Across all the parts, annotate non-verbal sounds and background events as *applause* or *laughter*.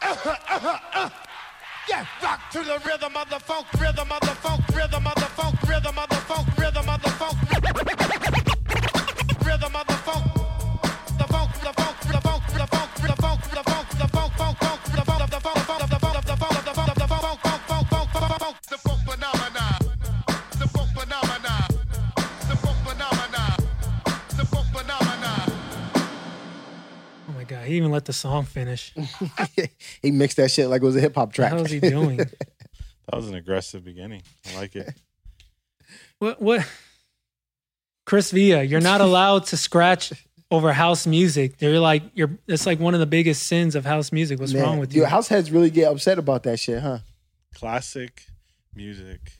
uh-huh, uh-huh, uh. Yeah, rock to the rhythm of the funk, rhythm of the funk, rhythm of the funk, rhythm of the funk, rhythm of the funk, rhythm of the funk, the funk, the funk, the funk, the funk, the funk, the funk, the funk, funk, funk, the funk, the funk, funk, the funk, the funk, the funk, the funk, funk, funk, funk, funk, funk, funk, the funk phenomena, the funk phenomena, the funk phenomena, the funk phenomena. Oh my god, he even let the song *laughs* finish. he mixed that shit like it was a hip hop track. How's *laughs* he doing? That was an aggressive beginning. I *laughs* like it. What what Chris Villa, you're *laughs* not allowed to scratch over house music. They're like you're it's like one of the biggest sins of house music. What's Man, wrong with dude, you? House heads really get upset about that shit, huh? Classic music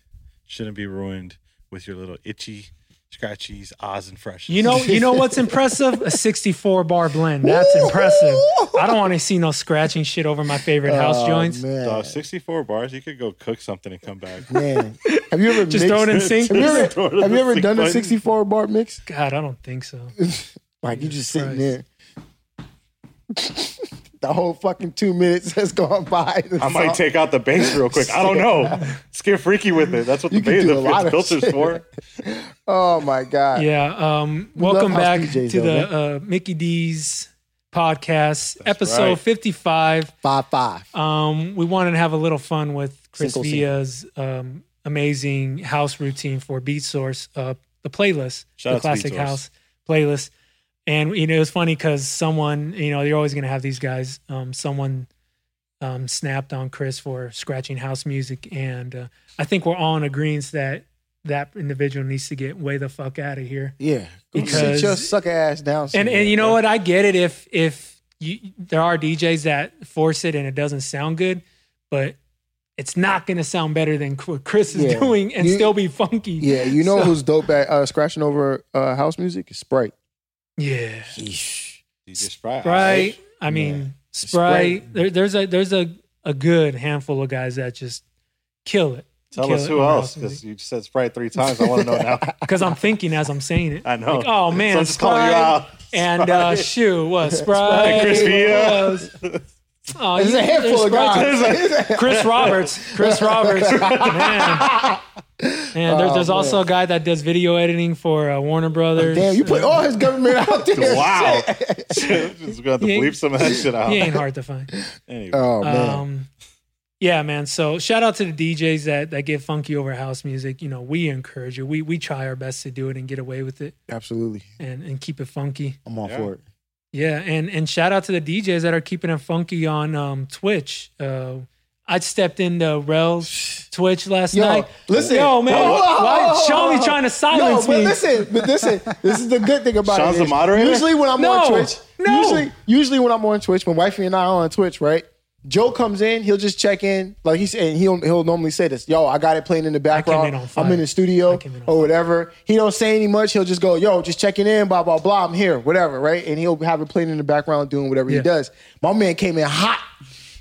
shouldn't be ruined with your little itchy, scratchies, ahs, and freshes. You know, you know *laughs* what's impressive? A 64 bar blend. That's impressive. I don't want to see no scratching shit over my favorite house Oh, joints. Man. Dog, 64 Uh, bars, you could go cook something and come back. man. *laughs* Have you *laughs* ever Just mixed- throw *laughs* it in sync. *laughs* Have you ever, Throw it in have you the ever sync done a button. 64 bar mix? God, I don't think *laughs* so. Like you just sitting there. Christ. *laughs* the whole fucking two minutes has gone by. *laughs* The I might song- take out the bass real quick. I don't *laughs* know. Let's get freaky with it. That's what You the, could bass, do a the lot of filter's shit. for. *laughs* Oh my god. Yeah. Um, love welcome house back DJs to though, the uh, Mickey D's podcast, episode right. 55. Five five. Um, we wanted to have a little fun with Chris Simple, simple. Villa's um, amazing house routine for Beat Source, uh, the playlist, Shout the out to Beat classic Source. house playlist. And you know, it was funny because someone, you know, you're always gonna have these guys. Um, someone um, snapped on Chris for scratching house music, and uh, I think we're all in agreement that that individual needs to get way the fuck out of here. Yeah. Go sit Because- your sucker ass down. And somewhere, and you know bro. what? I get it if if you, there are DJs that force it and it doesn't sound good, but it's not going to sound better than what Chris is Yeah. doing and You- still be funky. Yeah, you know So- who's dope at uh, scratching over uh, house music? Sprite. yeah, You just fry. Sprite. I mean, Sprite. Sprite. There, there's a there's a a good handful of guys that just kill it. Tell Kill us it who with else, house music. because you said Sprite three times. I *laughs* want to know now. because I'm thinking as I'm saying it. *laughs* I know. Like, oh man, so I'm just calling you Sprite out. And uh, shoe *laughs* what Sprite? And Chris Villa. *laughs* was- Oh, There's you- a handful of Sprite's- guys. Chris Roberts. Chris *laughs* Roberts. Man. Man, there, Oh, there's also a guy that does video editing for uh, Warner Brothers. Damn, you put all his government *laughs* out *laughs* there. wow. *laughs* just gonna have to He ain't- bleep some of that shit out. He ain't hard to find. Anyway, Oh man. Um, yeah, man. So shout out to the DJs that that get funky over house music. You know, we encourage you. We we try our best to do it and get away with it Absolutely. and and keep it funky. I'm all Yeah. for it. Yeah, and and shout out to the DJs that are keeping it funky on um, Twitch. Uh, I stepped into Rel's Twitch last Yo, night. listen. yo, man, Whoa, whoa, whoa, whoa, why whoa, Sean whoa. be trying to No, silence but me? listen, but listen, this is the good thing about Sean's it. the is moderator? Usually when I'm No, on Twitch, no. usually usually when I'm on Twitch, when wifey and I are on Twitch, right? Joe comes in, he'll just check in, like he's and he'll he'll normally say this, yo, I got it playing in the background. in on fire. I'm in the studio I came in on or whatever. He don't say any much, he'll just go, yo, just checking in, blah, blah, blah. I'm here, whatever, right? And he'll have it playing in the background doing whatever Yeah. he does. My man came in hot.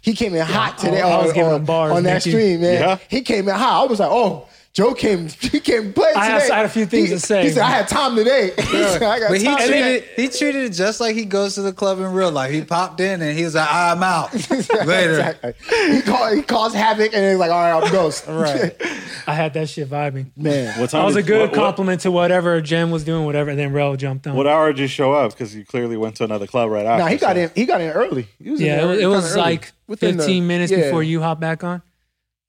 He came in hot today Oh, I was on, giving on- him bars, on that Nikki. stream, man. Yeah. He came in hot. I was like, oh, Joe came, *laughs* he came play I had- today. I had a few things He- to say. He said, I had time today. *laughs* He said, I got But he time treated today. he treated it just like he goes to the club in real life. He popped in and he was like, "I'm *laughs* out later." Exactly. He, call, he caused havoc and he's like, all right, *laughs* I'm ghost. Right. I had that shit vibing. *laughs* Man. what time That was a did- good what- what- compliment to whatever Jen was doing, whatever. And then Rel jumped on. What hour did you show up? Because you clearly went to another club right after. Now he got so- in. He got in early. He was in yeah, there it, it kinda was early. like Within the- 15 minutes yeah. before you hop back on.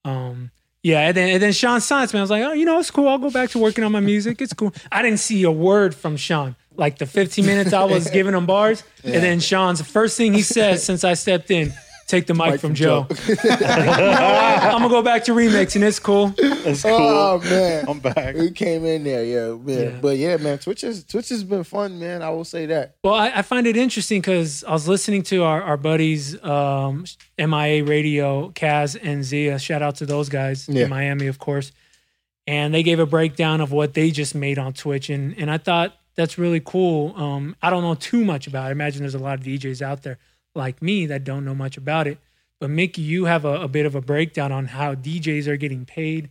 Um, yeah, and then and then Sean Science, man, I was like, oh, you know, it's cool. I'll go back to working on my music. It's cool. I didn't see a word from Sean. Like the 15 minutes I *laughs* was giving him bars, and then Sean's first thing he says since I stepped in, take the mic, from, from Joe. Joe." *laughs* I'm gonna go back to remix, and it's cool. That's cool. Oh man. *laughs* *laughs* I'm back. We came in there, yeah, man. Yeah. But yeah, man, Twitch is Twitch has been fun, man. I will say that. Well, I, I find it interesting because I was listening to our, our buddies, um, MIA Radio, Kaz and Zia. Shout out to those guys Yeah. in Miami, of course. And they gave a breakdown of what they just made on Twitch. And, and I thought that's really cool. Um, I don't know too much about it. I imagine there's a lot of DJs out there like me that don't know much about it. But Mickey, you have a, a bit of a breakdown on how DJs are getting paid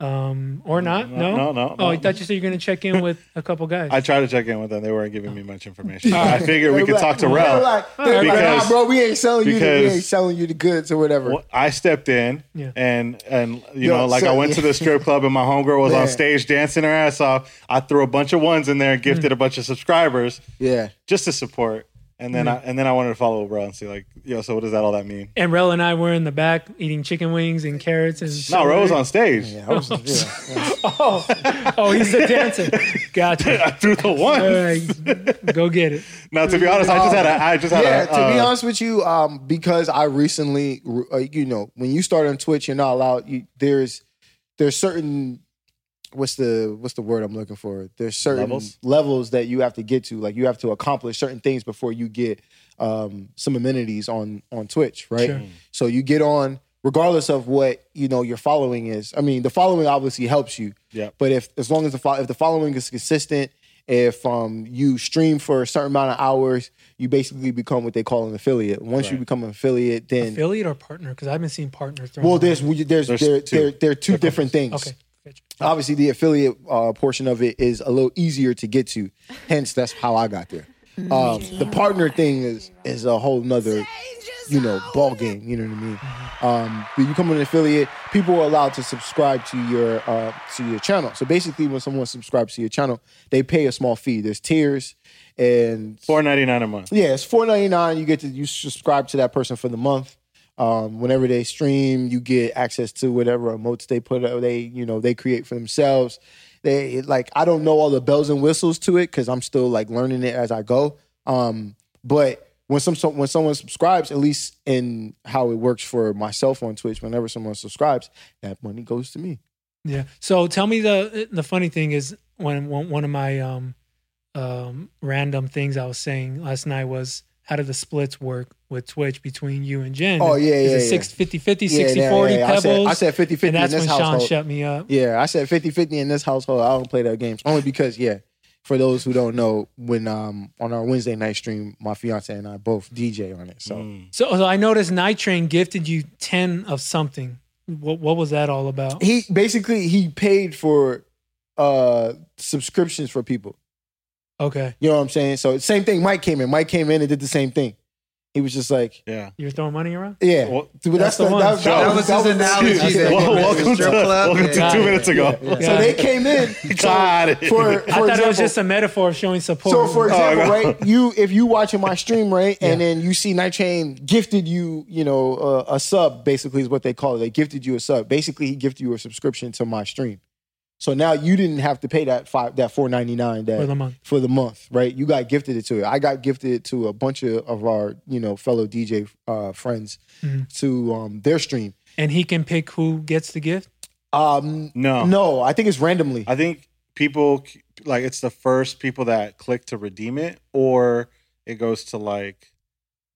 um, or not? No, no, no, Oh, I no. thought you said you're going to check in with a couple guys. I tried to check in with them. They weren't giving me much information. I figured we could talk to They're Rel. like, they're like, Because- nah, bro, we ain't selling you. The, we because- ain't selling you the goods or whatever. Well, I stepped in Yeah. and and you Yo, know, like so- I went to the strip club and my homegirl was Man. on stage dancing her ass off. I threw a bunch of ones in there Mm. and gifted a bunch of subscribers Yeah, just to support. And then I and then I wanted to follow bro and see like, yo, so what does that all that mean? and Rel and I were in the back eating chicken wings and carrots and No, bro was on stage. yeah, I was, yeah. Oh, *laughs* oh, he's the dancing. *laughs* Gotcha. *laughs* I threw the All one. right, go get it. Now to be honest, I just had a I just had yeah. a To be uh, honest with you, um, because I recently, uh, you know, when you start on Twitch, you're not allowed. You, there's there's certain what's the what's the word I'm looking for? There's certain Levels? levels that you have to get to. Like you have to accomplish certain things before you get um, some amenities on on Twitch, right? Mm. Sure. So you get on regardless of what you know your following is. I mean, the following obviously helps you. Yep. But if as long as the fo- if the following is consistent, if um you stream for a certain amount of hours, you basically become what they call an affiliate. Once you Right. become an affiliate, then Affiliate or partner? Because I've been seeing partner. thrown well, around. there's we- there's, There's there, two. there there are two different things. okay. Gotcha. Obviously, the affiliate uh, portion of it is a little easier to get to. Hence, that's how I got there. Um, the partner thing is is a whole nother you know ball game. You know what I mean? Um, when you become an affiliate, people are allowed to subscribe to your uh, to your channel. So basically, when someone subscribes to your channel, they pay a small fee. There's tiers, and four ninety nine a month. yeah, it's four ninety nine. You get to you subscribe to that person for the month. Um, whenever they stream, you get access to whatever emotes they put out. They you know they create for themselves. They like I don't know all the bells and whistles to it because I'm still like learning it as I go. Um, but when some so- when someone subscribes, at least in how it works for myself on Twitch, whenever someone subscribes, that money goes to me. Yeah. So tell me the the funny thing is when one, one of my um, um, random things I was saying last night was how do the splits work with Twitch between you and Jen? Oh, yeah, Is yeah, it yeah. 6 50 50, Yeah, 60 yeah, 40 yeah, yeah. I pebbles? said- I said 50-50 And that's in this when Sean household. shut me up. Yeah, I said 50-50 in this household. I don't play that games only because yeah. For those who don't know, when um on our Wednesday night stream, my fiance and I both DJ on it. So So, so I noticed Night Train gifted you 10 of something. What, what was that all about? he basically he paid for uh subscriptions for people. Okay. You know what I'm saying? So same thing. Mike came in. Mike came in and did the same thing. He was just like, Yeah. You're throwing money around? yeah. Well, Dude, that's the one. That was his analogy That's that- the- *laughs* Well, welcome to, Strip club. welcome to Yeah. two minutes ago. So they came *laughs* in. Got it. For, for I thought it was example- just a metaphor of showing support. So for example, no. right, you if you watching my stream, right, and then you see Night Train gifted you, you know, uh, a sub. Basically, is what they call it. They gifted you a sub. Basically, he gifted you a subscription to my stream. So now you didn't have to pay that five that four ninety nine that For the month. for the month, right? You got gifted it to it. I got gifted it to a bunch of, of our you know fellow DJ uh, friends to um, their stream. and he can pick who gets the gift? Um, No. no, I think it's randomly. I think people c- like it's the first people that click to redeem it, or it goes to like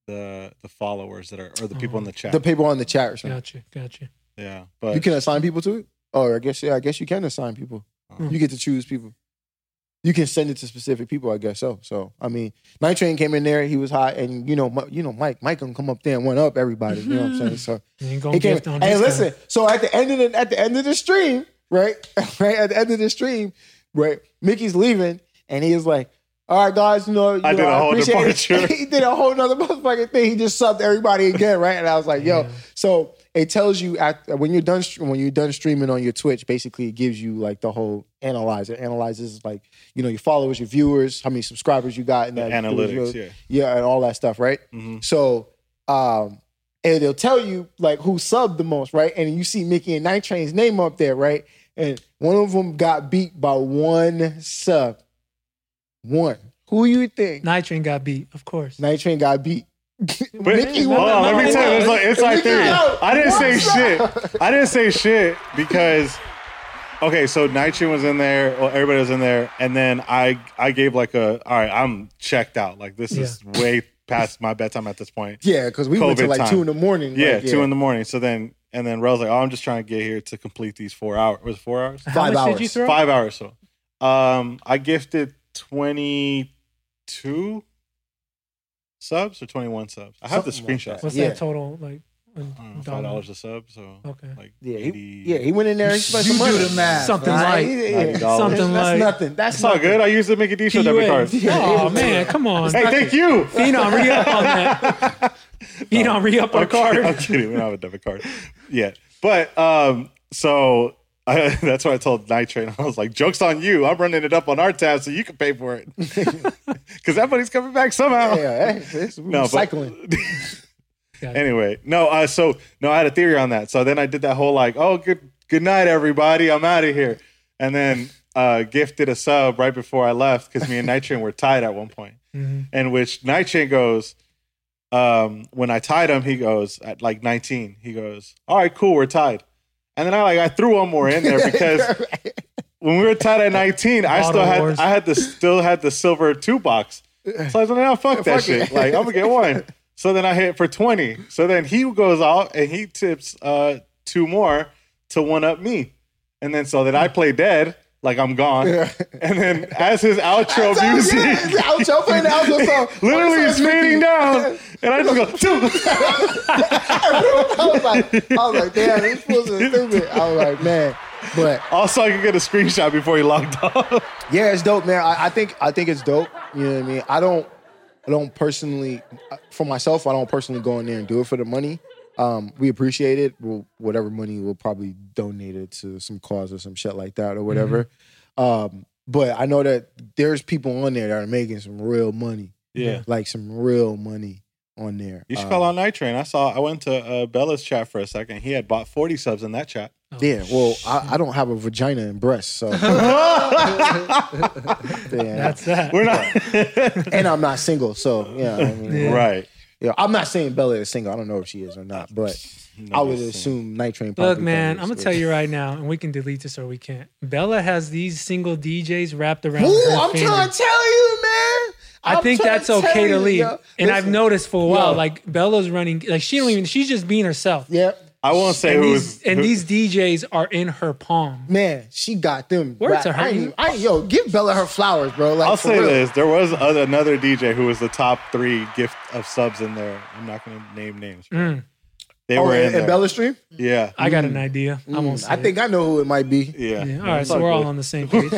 the the followers that are or the people in the chat. The people on the chat or something. Gotcha. Gotcha. yeah, but You can assign people to it? Or I guess yeah, I guess you can assign people. Oh. You get to choose people. You can send it to specific people, I guess so. So I mean, Night Train came in there, he was hot, and you know, Mi- you know, Mike, Mike gonna come up there and one up everybody. You know what I'm saying? So You ain't he going to came. gift on Hey, this listen. So at the end of the at the end of the stream, right, *laughs* right at the end of the stream, right, Mickey's leaving, and he is like. All right, guys. You know, you I know, did a whole appreciate it." departure. *laughs* he did a whole nother motherfucking thing. He just subbed everybody again, right? And I was like, "Yo." Yeah. So it tells you at, when you're done str- when you're done streaming on your Twitch. Basically, it gives you like the whole analyzer. Analyzes like you know your followers, your viewers, how many subscribers you got, and the that analytics. Yeah, yeah, and all that stuff, right? Mhm. So, um, and they'll tell you like who subbed the most, right? And you see Mickey and Night Train's name up there, right? And one of them got beat by one sub. One. Who you think? Night, Nitrain got beat, of course. Train got beat. *laughs* But, hold on, let me tell you, it's like it's like Mickey three. out. I didn't say What's shit. I didn't say shit because okay, so Nitro was in there, well, everybody was in there, and then I I gave like a all right, I'm checked out. Like this is way past my bedtime at this point. *laughs* Yeah, because we went to COVID like time. two in the morning. Yeah, like, two in the morning. So then, and then Rel's like, "Oh, I'm just trying to get here to complete these four hours. Was it four hours? How Five much hours. did you throw? Five hours. So, um, I gifted twenty two subs or twenty one subs. I have Something the like screenshot. that. What's Yeah. that total? Like and I don't dollar. know, Mm, five dollars a sub, so Okay. like Yeah, he, 80 yeah, he went in there and spent You some money. do the math. Something right? like- $90. Something that's like- nothing. That's It's all not good. I use the Mickey D show *laughs* debit card. PUA. Hey, Oh man, come on. thank you. Phenom, re up on that. *laughs* Phenom, re up our I'm card. kidding. We don't have a debit card yet. But um, so I, *laughs* that's why I told Night Train. I was like, "Joke's on you. I'm running it up on our tab, so you can pay for it *laughs* because that money's coming back somehow." Yeah, hey, it's but- recycling. Anyway, no. Uh, so no, I had a theory on that. So then I did that whole like, "Oh, good good night, everybody. I'm out of here," and then uh, gifted a sub right before I left because me and Night Train were tied at one point. Mhm. in which Nightshade goes, um, when I tied him, he goes at like 19. He goes, all right, cool, we're tied. And then I like I threw one more in there because when we were tied at 19, I Bottle still had wars. I had the still had the silver two box. So I was like, no, fuck that Fuck it. shit. Like I'm gonna get one. So then I hit for 20. So then he goes out and he tips uh, two more to one up me. And then so that I play dead, like I'm gone. *laughs* And then as his outro So, yeah, *laughs* music, it's outro playing the outro song. *laughs* Literally, What's it's up, Mickey? fading down, and I just go. *laughs* I was like, I was like, damn, this was stupid. I was like, man, but *laughs* also, I could get a screenshot before he logged off. Yeah, it's dope, man. I, I think I think it's dope. You know what I mean? I don't I don't personally for myself. I don't personally go in there and do it for the money. Um, we appreciate it. We'll, whatever money, we'll probably donate it to some cause or some shit like that or whatever. Mm-hmm. Um, but I know that there's people on there that are making some real money, Yeah, like some real money on there. you should Um, call on Night Train. I saw. I went to uh, Bella's chat for a second. He had bought forty subs in that chat. Oh, Yeah, well, I, I don't have a vagina and breasts, *laughs* so yeah, That's that. We're not and I'm not single, so yeah, I mean, *laughs* right. Yeah, I'm not saying Bella is single. I don't know if she is or not, but I would assume Night Train. Look, probably man, probably I'm gonna is. tell you right now, and we can delete this or we can't. Bella has these single DJs wrapped around. Ooh, her I'm finger. trying to tell you, man. I I'm think trying that's tell okay to you, leave. yo. And I've Listen, noticed for a while, yo. like Bella's running, like she don't even. She's just being herself. Yeah, I won't say And who these, was. and who- these DJs are in her palm. man, she got them. Word right. to her. I ain't, I ain't, yo, give Bella her flowers, bro. Like, I'll for say real. this: there was other, another DJ who was the top three gift of subs in there. I'm not going to name names. Mm. They Oh, were in and, there. and Bella Stream. yeah, I got an idea. I won't. Say Mm, I it. think I know who it might be. yeah. Yeah, all right, It's so we're all good. on the same *laughs* page.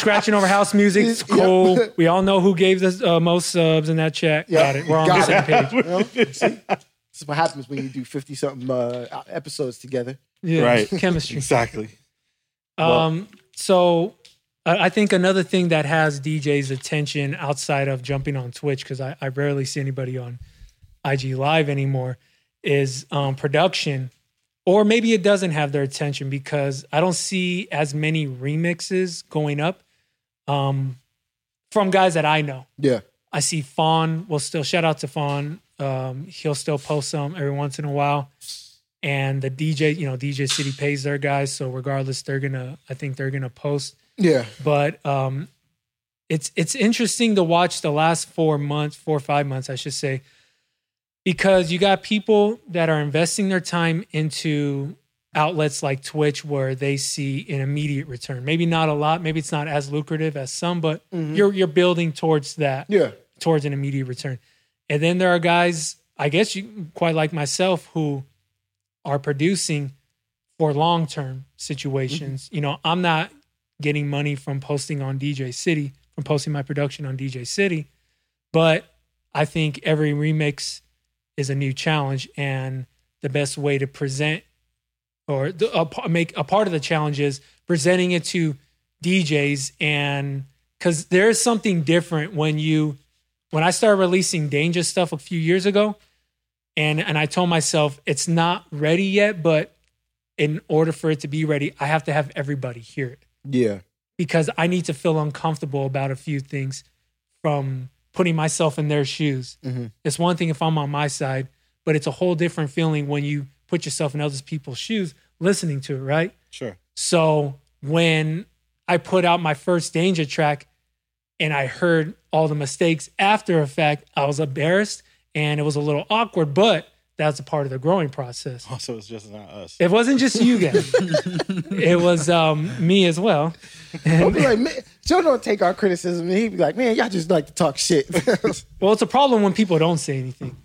Scratching over house music, it's Yeah. cool. *laughs* We all know who gave the uh, most subs in that chat. Yeah. Got it. We're on the Got same it. *laughs* page. You know? See, this is what happens when you do fifty something uh, episodes together. Yeah, Right. Chemistry. Exactly. Um, so I I think another thing that has DJ's attention outside of jumping on Twitch, because I, I rarely see anybody on IG Live anymore, is um, production. Or maybe it doesn't have their attention because I don't see as many remixes going up um, from guys that I know. Yeah, I see Fawn will still shout out to Fawn. Um, he'll still post some every once in a while. And the DJ, you know, DJ City pays their guys, so regardless, they're gonna. I think they're gonna post. yeah. But um, it's it's interesting to watch the last four months, four or five months, I should say, because you got people that are investing their time into outlets like Twitch where they see an immediate return. Maybe not a lot. Maybe it's not as lucrative as some, but you're you're building towards that Yeah, towards an immediate return. And then there are guys, I guess you quite like myself, who are producing for long term situations. You know, I'm not getting money from posting on DJ City, from posting my production on DJ City, but I think every remix is a new challenge. And the best way to present or the, a, pa- make a part of the challenge is presenting it to DJs. And because there is something different when you when I started releasing Danger stuff a few years ago, and and I told myself it's not ready yet, but in order for it to be ready, I have to have everybody hear it yeah. because I need to feel uncomfortable about a few things from putting myself in their shoes. Mhm. It's one thing if I'm on my side, but it's a whole different feeling when you put yourself in other people's shoes listening to it, right? Sure. So when I put out my first danger track and I heard all the mistakes after effect, I was embarrassed and it was a little awkward, but that's a part of the growing process. So it's just not us. It wasn't just you *laughs* guys. it was um, me as well. I'll be like, man, Joe don't take our criticism. And he'd be like, man, y'all just like to talk shit. Well, it's a problem when people don't say anything.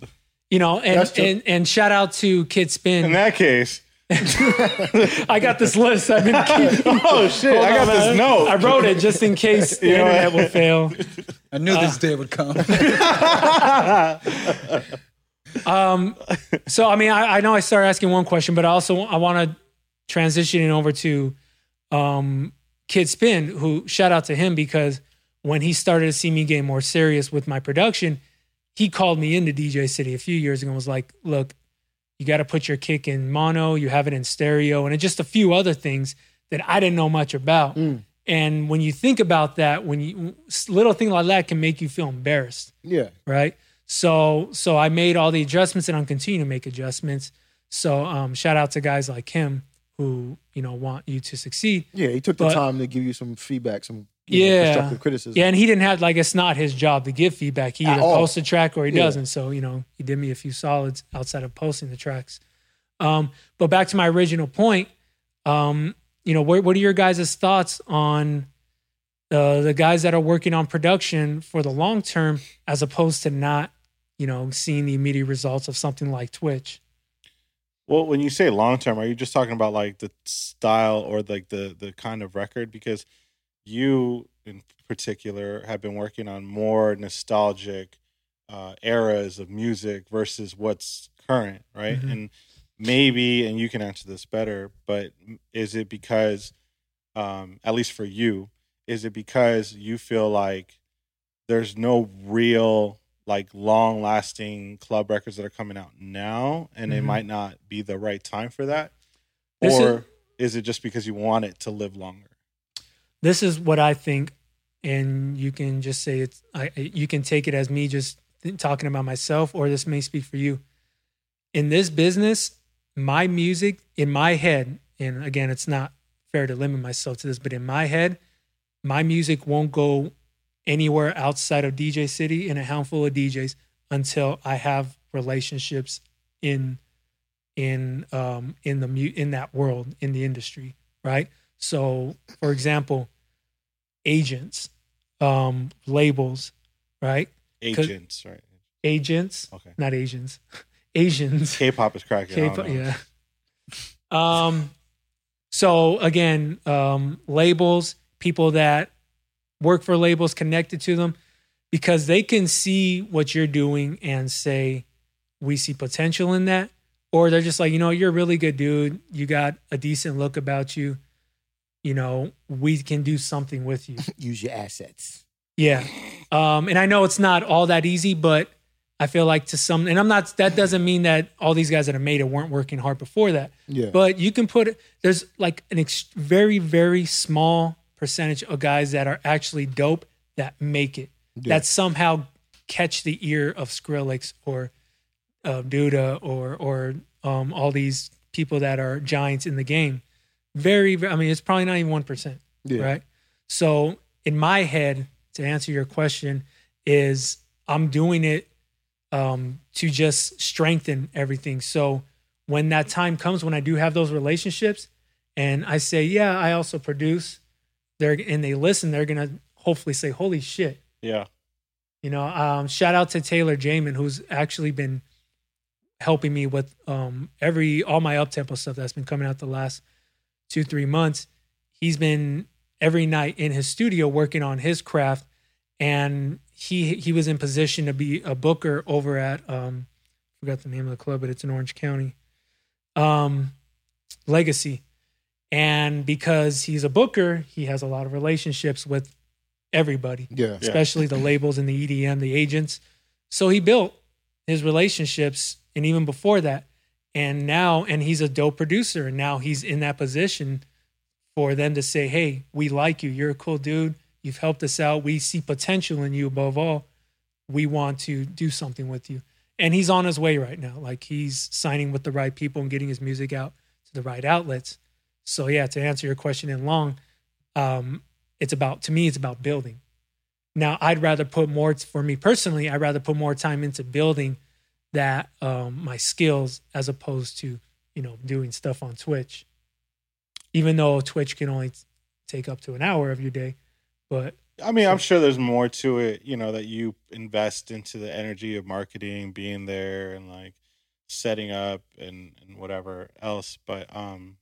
You know, That's and true. and, and shout out to Kid In Spin. *laughs* that case, I got this list. I've been *laughs* oh shit, I got this note. I wrote it just in case the You know what? internet will fail. I knew this day would come. So I mean, I, I know I started asking one question, but I also I want to transition it over to um, Kid Spin, who shout out to him because when he started to see me get more serious with my production, he called me into DJ City a few years ago and was like, "Look, you got to put your kick in mono, you have it in stereo, and just a few other things that I didn't know much about." And when you think about that, when you little thing like that can make you feel embarrassed *laughs* Yeah. right? So so I made all the adjustments and I'm continuing to make adjustments. So um, shout out to guys like him who you know want you to succeed. Yeah. He took the But- time to give you some feedback, some you know, Yeah. constructive criticism. Yeah, and he didn't have like it's not his job to give feedback. He either all. posts a track or he Yeah. doesn't. So you know he did me a few solids outside of posting the tracks. Um, but back to my original point, um, you know, what, what are your guys' thoughts on uh, the the guys that are working on production for the long term, as opposed to not, you know, seeing the immediate results of something like Twitch? Well, when you say long term, are you just talking about like the style or like the the kind of record? Because you, in particular, have been working on more nostalgic uh, eras of music versus what's current, right? Mhm. And maybe, and you can answer this better, but is it because, um, at least for you, is it because you feel like there's no real like long lasting club records that are coming out now and it Mhm. might not be the right time for that This is- or is it just because you want it to live longer this is what I think, and you can just say it's. I, you can take it as me just th- talking about myself, or this may speak for you. In this business, my music in my head, and again, it's not fair to limit myself to this, but in my head, my music won't go anywhere outside of DJ City and a handful of DJs until I have relationships in in um in the mu- in that world in the industry, right? So, for example, agents, um, labels, right? agents right Agents, okay not Asians, *laughs* *laughs* Asians. k-pop is cracking I don't K-pop, know. yeah. Um, so again, um, labels, people that work for labels connected to them, because they can see what you're doing and say, we see potential in that. Or they're just like, you know, you're a really good dude. You got a decent look about you. You know, we can do something with you. Use your assets. Yeah. Um, and I know it's not all that easy, but I feel like to some, and I'm not, that doesn't mean that all these guys that are made it weren't working hard before that. Yeah. But you can put, there's like an ex- very, very small percentage of guys that are actually dope that make it, that somehow catch the ear of Skrillex or uh, Duda or, or um, all these people that are giants in the game. Very, very, I mean, it's probably not even 1% Yeah. right? So in my head, to answer your question, is I'm doing it um, to just strengthen everything. So when that time comes, when I do have those relationships, and I say, yeah, I also produce, they're and they listen, they're gonna hopefully say, holy shit, yeah you know, um, shout out to Taylor Jamin, who's actually been helping me with um, every all my up tempo stuff that's been coming out the last two three months. He's been every night in his studio working on his craft, and he he was in position to be a booker over at um, I forgot the name of the club, but it's in Orange County, um, Legacy. And because he's a booker, he has a lot of relationships with everybody Yeah. Yeah. especially the labels and the EDM, the agents. So he built his relationships, and even before that, and now, and he's a dope producer, and now he's in that position for them to say, "Hey, we like you. You're a cool dude. You've helped us out. We see potential in you. Above all, we want to do something with you." And he's on his way right now. Like he's signing with the right people and getting his music out to the right outlets. So yeah, to answer your question in long, um, it's about to me, it's about building. Now, I'd rather put more for me personally. I'd rather put more time into building that um, my skills as opposed to you know doing stuff on Twitch. Even though Twitch can only take up to an hour of your day, but I mean, I'm sure there's more to it, you know, that you invest into the energy of marketing, being there and like setting up and, and whatever else. But um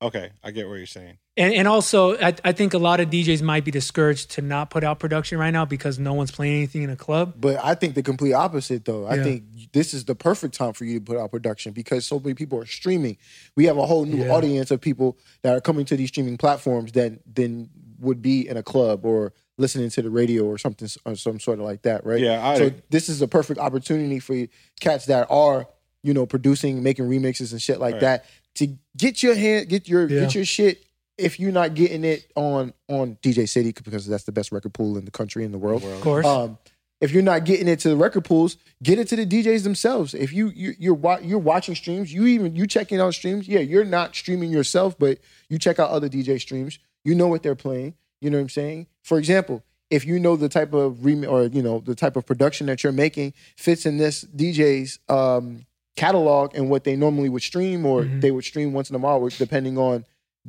okay, I get what you're saying. And and also, I, I think a lot of DJs might be discouraged to not put out production right now because no one's playing anything in a club. But I think the complete opposite, though. I Yeah. think this is the perfect time for you to put out production because so many people are streaming. We have a whole new Yeah. audience of people that are coming to these streaming platforms that then would be in a club or listening to the radio or something, or some sort of like that, right? Yeah, I- so this is a perfect opportunity for you- cats that are, you know, producing, making remixes and shit like Right. that to get your hand, get your, Yeah. get your shit. If you're not getting it on on DJ City because that's the best record pool in the country in the world, Of course, um, if you're not getting it to the record pools, get it to the DJs themselves. If you, you you're wa- you're watching streams, you even you checking out streams. Yeah, you're not streaming yourself, but you check out other DJ streams. You know what they're playing. You know what I'm saying? For example, if you know the type of rem- or you know the type of production that you're making fits in this DJ's um, catalog and what they normally would stream or Mhm. they would stream once in a while, depending on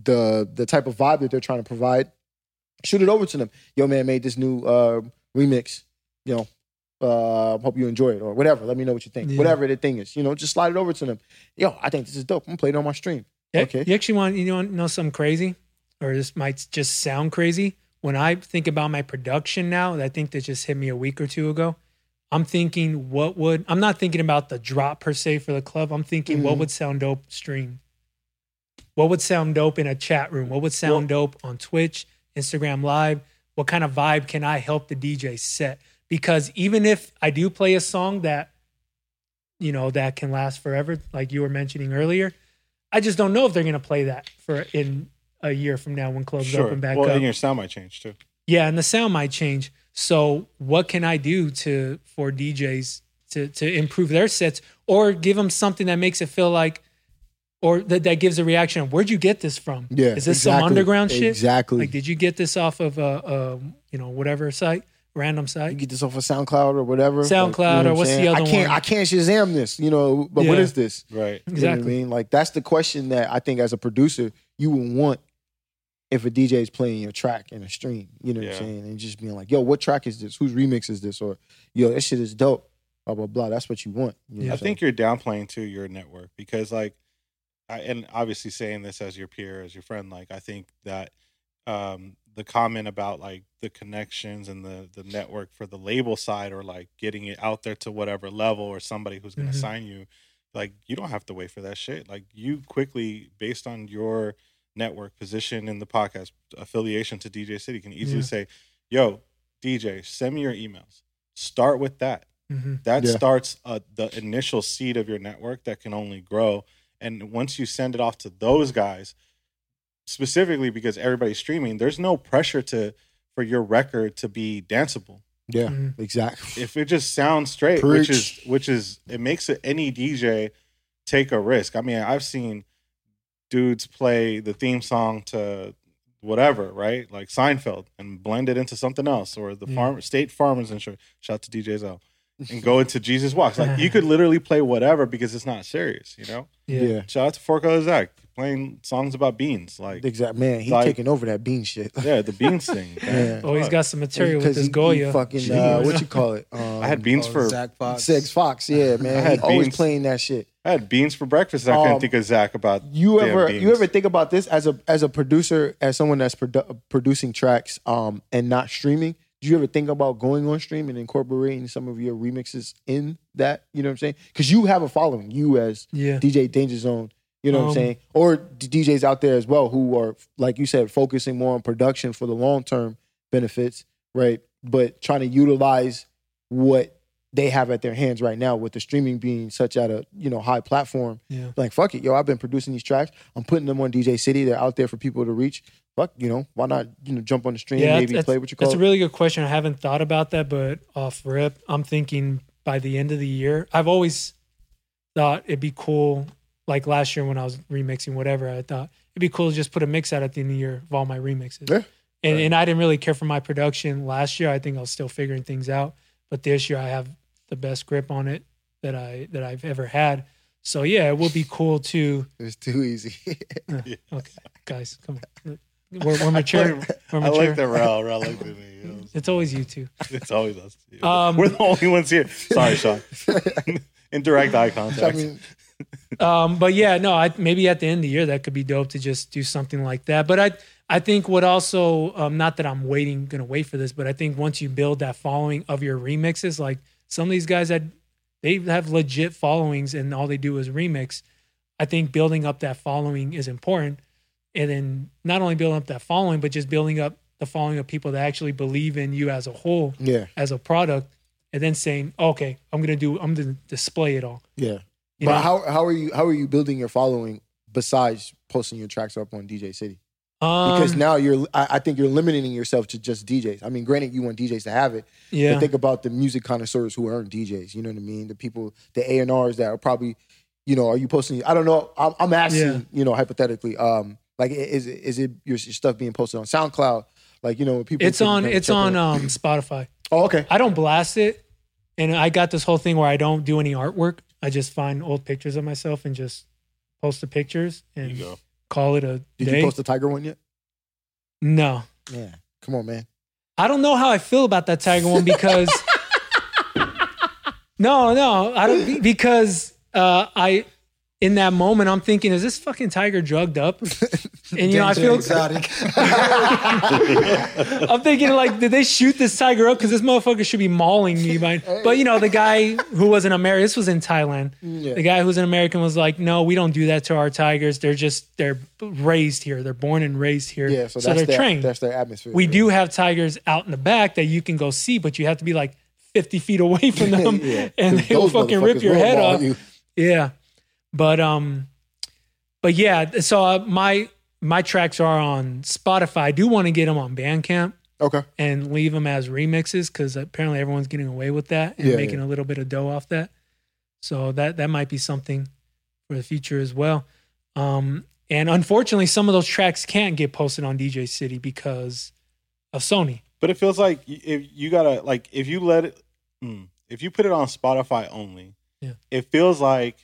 the the type of vibe that they're trying to provide. Shoot it over to them. Yo, man, made this new uh, remix. You know, uh, hope you enjoy it or whatever. Let me know what you think. Yeah. Whatever the thing is, you know, just slide it over to them. Yo, I think this is dope. I'm gonna play it on my stream. Yeah, okay. You actually want you know know something crazy, or this might just sound crazy. When I think about my production now, I think that just hit me a week or two ago. I'm thinking what would I'm not thinking about the drop per se for the club. I'm thinking what Mhm. would sound dope stream. What would sound dope in a chat room? What would sound dope on Twitch, Instagram Live? What kind of vibe can I help the DJ set? Because even if I do play a song that you know that can last forever, like you were mentioning earlier, I just don't know if they're gonna play that for in a year from now when clubs Sure. open back well, up. and your sound might change too. Yeah, and the sound might change. So what can I do to for DJs to to improve their sets or give them something that makes it feel like or that, that gives a reaction of where'd you get this from? Yeah, Is this some exactly. underground shit? Exactly. Like did you get this off of a, a you know whatever site, random you site? get this off of SoundCloud or whatever. like, you know SoundCloud what or I'm what's the saying? I other can't, one? I can't Shazam this, you know. But what Yeah. is this? Right. You know what Exactly. I mean? Like that's the question that I think as a producer you would want if a DJ is playing your track in a stream. You know what Yeah. I'm saying? And just being like, yo, what track is this? Whose remix is this? Or yo, that shit is dope. Blah blah blah. That's what you want. You know Yeah. I what I'm think you're downplaying to your network because, like, I, and obviously saying this as your peer, as your friend, like, I think that um, the comment about like the connections and the the network for the label side or like getting it out there to whatever level or somebody who's going to Mhm. sign you, like, you don't have to wait for that shit. Like, you quickly, based on your network position in the podcast affiliation to DJ City, can easily Yeah. say, "Yo, DJ, send me your emails. Start with that." hmm that Yeah. starts uh, the initial seed of your network that can only grow and once you send it off to those guys specifically because everybody's streaming there's no pressure to for your record to be danceable saying? yeah, Mhm. exactly. if it just sounds straight which is Preach. which is it makes it any dj take a risk i mean i've seen dudes play the theme song to whatever right like seinfeld and blend it into something else or the Yeah. farm state farmers insurance shout to dj zell *laughs* and go into Jesus Walks. Like you could literally play whatever because it's not serious, you know? Yeah. yeah. Shout out to Four Color Zach playing songs about beans. Like Exactly. Man, he's Like- taking over that bean shit. *laughs* yeah, the beans thing. Yeah. Oh, he's got some material with Because this he- he Goya. fucking uh, what *laughs* you call it? Um, I had beans for Oh, Zach Fox. Sex Fox. Yeah, man. I had he always beans. playing that shit. I had beans for breakfast. I Um, couldn't think of Zach about you damn ever you beans. ever think about this as a as a producer as someone that's produ- producing tracks um and not streaming do you ever think about going on stream and incorporating some of your remixes in that you know what i'm saying because you have a following you as Yeah. dj danger zone you know what i'm Um, saying or d- djs out there as well who are like you said focusing more on production for the long term benefits right but trying to utilize what they have at their hands right now with the streaming being such at a you know high platform Yeah. like fuck it, yo, I've been producing these tracks. I'm putting them on DJ City. They're out there for people to reach. Fuck, you know, why not you know jump on the stream, Yeah, maybe that's- play what you That's call a it? really good question. I haven't thought about that, but off rip, I'm thinking by the end of the year. I've always thought it'd be cool. Like last year when I was remixing whatever, I thought it'd be cool to just put a mix out at the end of the year of all my remixes. Yeah. And and I didn't really care for my production last year. I think I was still figuring things out, but this year I have the best grip on it that I that I've ever had. *laughs* So yeah, it would be cool to *laughs* It's too easy. okay, guys, come on. We're, we're mature. We're I mature. like that Rel. Rel looked at me. *laughs* It was- It's always you two. It's always us. two. Um, We're the only ones here. *laughs* Sorry, Sean. Indirect eye I contact. mean, Um, but yeah, no, I, maybe at the end of the year that could be dope to just do something like that. But I, I think what also, um, not that I'm waiting, gonna wait for this, but I think once you build that following of your remixes, like some of these guys that they have legit followings and all they do is remix. I think building up that following is important, and then not only building up that following, but just building up the following of people that actually believe in you as a whole, yeah, as a product, and then saying, okay, I'm gonna do, I'm gonna display it all. yeah. You but know? how how are you how are you building your following besides posting your tracks up on DJ City? Because Um, now you're, I, I think you're limiting yourself to just DJs. I mean, granted, you want DJs to have it, yeah. But think about the music connoisseurs who aren't DJs. You know what I mean? The people, the A and R's that are probably, you know, are you posting? I don't know. I'm, I'm asking, Yeah. you know, hypothetically. Um, like, i- is it- is it your, your stuff being posted on SoundCloud? Like, you know, when people. It's can on. kind of It's check on it out. um, Spotify. oh, okay. I don't blast it, and I got this whole thing where I don't do any artwork. I just find old pictures of myself and just post the pictures There and you go. call it a Did day. you post the tiger one yet? no, Yeah. Come on, man. I don't know how I feel about that tiger one *laughs* because no, no, I don't be- because uh, I in that moment I'm thinking, is this fucking tiger drugged *laughs* up? And you know, I Danger feel exotic. I'm thinking like, did they shoot this tiger up? Because this motherfucker should be mauling me. man. *laughs* But you know, the guy who was an American, this was in Thailand. Yeah. The guy who's an American was like, no, we don't do that to our tigers. They're just they're raised here. They're born and raised here. Yeah. So that's they're their trained. that's their atmosphere. we *laughs* do have tigers out in the back that you can go see, but you have to be like 50 feet *laughs* away from them, Yeah. and they will Those fucking motherfuckers rip your will head maul off. you. Yeah. But um but yeah, so uh, my my tracks are on Spotify. I do want to get them on Bandcamp Okay. and leave them as remixes cuz apparently everyone's getting away with that and Yeah, making a little bit of dough off that. So that that might be something for the future as well. Um and unfortunately some of those tracks can't get posted on DJ City because of Sony. But it feels like y- if you gotta like if you let it mm, if you put it on Spotify only, Yeah. it feels like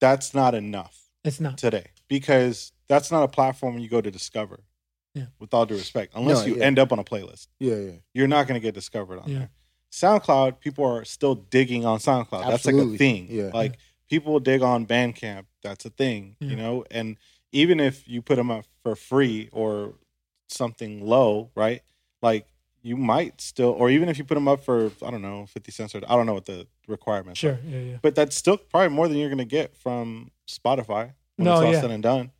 that's not enough It's not. today because that's not a platform you go to discover. Yeah. With all due respect, unless No, you yeah. end up on a playlist, Yeah. Yeah. you're not gonna get discovered on Yeah. there. SoundCloud, people are still digging on SoundCloud. That's like Absolutely. a thing. Yeah. Like people dig on Bandcamp. That's a thing. Yeah. You know, and even if you put them up for free or something low, right? Like you might still, or even if you put them up for I don't know, fifty cents or I don't know what the requirements. Are. Sure. Yeah, yeah. But that's still probably more than you're gonna get from Spotify when No, it's all yeah. said and done.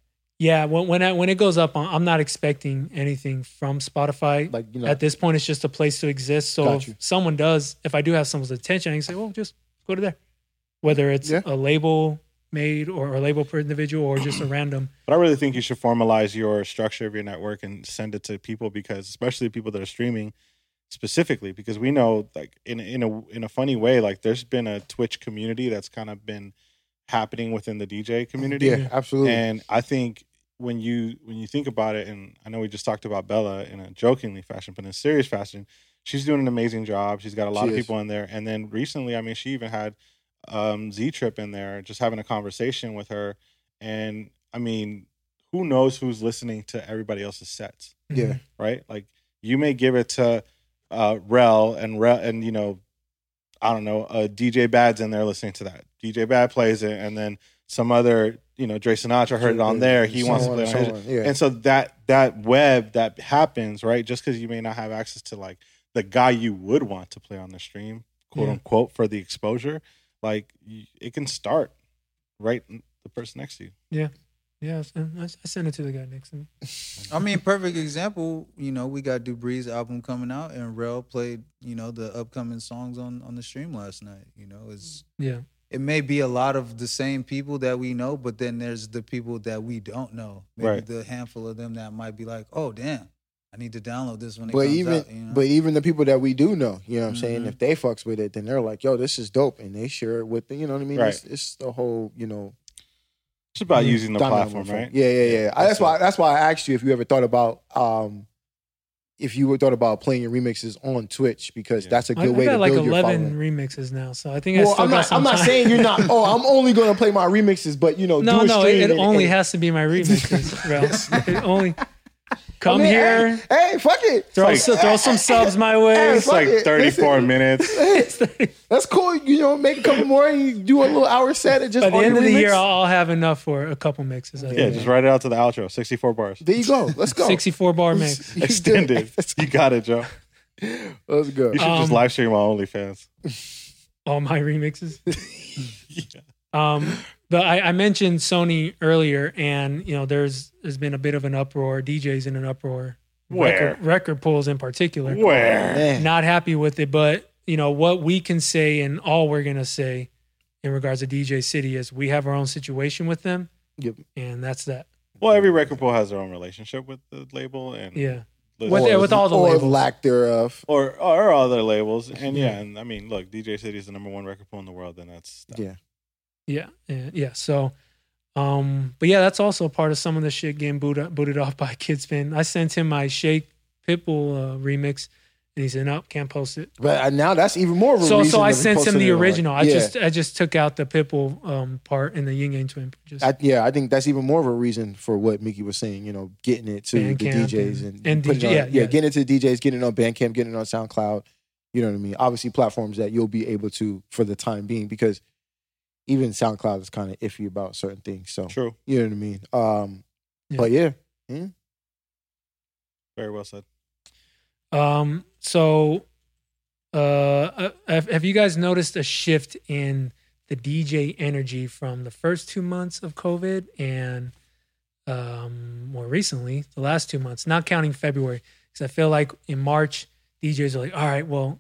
Yeah, when when, I, when it goes up, I'm not expecting anything from Spotify. Like you know. At this point, it's just a place to exist. So Got if you. someone does, if I do have someone's attention, I can say, well, just go to there. Whether it's Yeah. a label made or a label per individual or *clears throat* just a random. But I really think you should formalize your structure of your network and send it to people because, especially people that are streaming, specifically because we know, like in in a in a funny way, like there's been a Twitch community that's kind of been happening within the DJ community, yeah. Absolutely. and I think when you when you think about it, and I know we just talked about Bella in a jokingly fashion, but in a serious fashion, she's doing an amazing job. She's got a lot She of is. people in there, and then recently, I mean, she even had um, Z Trip in there, just having a conversation with her, and I mean, who knows who's listening to everybody else's sets, yeah. Mm-hmm. right? Like you may give it to uh, Rel and Rel, and you know, I don't know, uh, DJ Bad's in there listening to that. DJ Bad plays it, and then some other, you know, Dre Sinatra heard it on there. He So wants to on play it and on his. so on. Yeah. And so that that web that happens, right? Just because you may not have access to like the guy you would want to play on the stream, quote Yeah. unquote, for the exposure, like y- it can start right n- the person next to you. Yeah, I sent- I I sent it to the guy next to me. *laughs* I mean, perfect example. You know, we got Dupree's album coming out, and Rel played you know the upcoming songs on on the stream last night. You know, it's Yeah. it may be a lot of the same people that we know, but then there's the people that we don't know. Maybe Right. the handful of them that might be like, oh damn, I need to download this when it But comes even out. You know? but even the people that we do know, you know what I'm saying? Mhm. If they fucks with it, then they're like, yo, this is dope. And they share it with the, you know what I mean? Right. It's, it's the whole, you know, It's about Mhm. using the domino platform, effect. right? Yeah, yeah, yeah. Yeah, I, that's that's why that's why I asked you if you ever thought about um if you were thought about playing your remixes on Twitch because Yeah. that's a I, good I way to got like build your eleven following. remixes now, so I think I Well, still I'm got not. some I'm not time. *laughs* saying you're not. Oh, I'm only going to play my remixes, but you know, No, do a no, stream it, it and- only and- has to be *laughs* my remixes, bro. *laughs* It only I come mean, here, Hey, hey, fuck it. throw like- some, throw some subs my way. Hey, It's like Fuck it. 34 minutes. *laughs* That's cool. You know, make a couple more and you do a little hour set and just By the on end your of the remix. year, I'll I'll have enough for a couple mixes. I Yeah, think. just write it out to the outro. 64 bars. There you go. Let's *laughs* go. 64 *laughs* bar mix. *laughs* You did *laughs* it. Extended. Let's You got it, Joe. let's go. You *laughs* should Um, just live stream on OnlyFans. All my remixes. Um, but I, I mentioned Sony earlier, and you know, there's there's been a bit of an uproar. DJs in an uproar. Where? Record, record pools in particular. Where? Man. Not happy with it, but you know what we can say and all we're gonna say in regards to DJ City is we have our own situation with them, Yep. and that's that. Well, every record pool has their own relationship with the label and Yeah. the- With- or, with all the or labels. lack thereof. or or other labels. And yeah, and I mean, look, DJ City is the number one record pool in the world, and that's Yeah. Yeah, yeah, yeah. So, um, but yeah, that's also part of some of the shit getting booted, booted off by *laughs* Kidspin. I sent him my Shake Pitbull uh, remix, and he said, "Nope, can't post it." But I- now that's even more. Of a So, reason so I to sent post him it the on. original. I yeah. just, I just took out the Pitbull um, part and the Ying Yang Twin. Just I, yeah, I think that's even more of a reason for what Mickey was saying. You know, getting it to the Bandcamp DJs and- and, and putting it DJ on- yeah, yeah. getting it to the DJs, getting it on Bandcamp, getting it on SoundCloud. You know what I mean? Obviously, platforms that you'll be able to for the time being, because even SoundCloud is kind of iffy about certain things. So true. you know what I mean? Um, Yeah. But yeah, Very well said. Um, so, uh, uh, have, have you guys noticed a shift in the DJ energy from the first two months of COVID and um, more recently, the last two months, not counting February? Because I feel like in March, DJs are like, all right, well,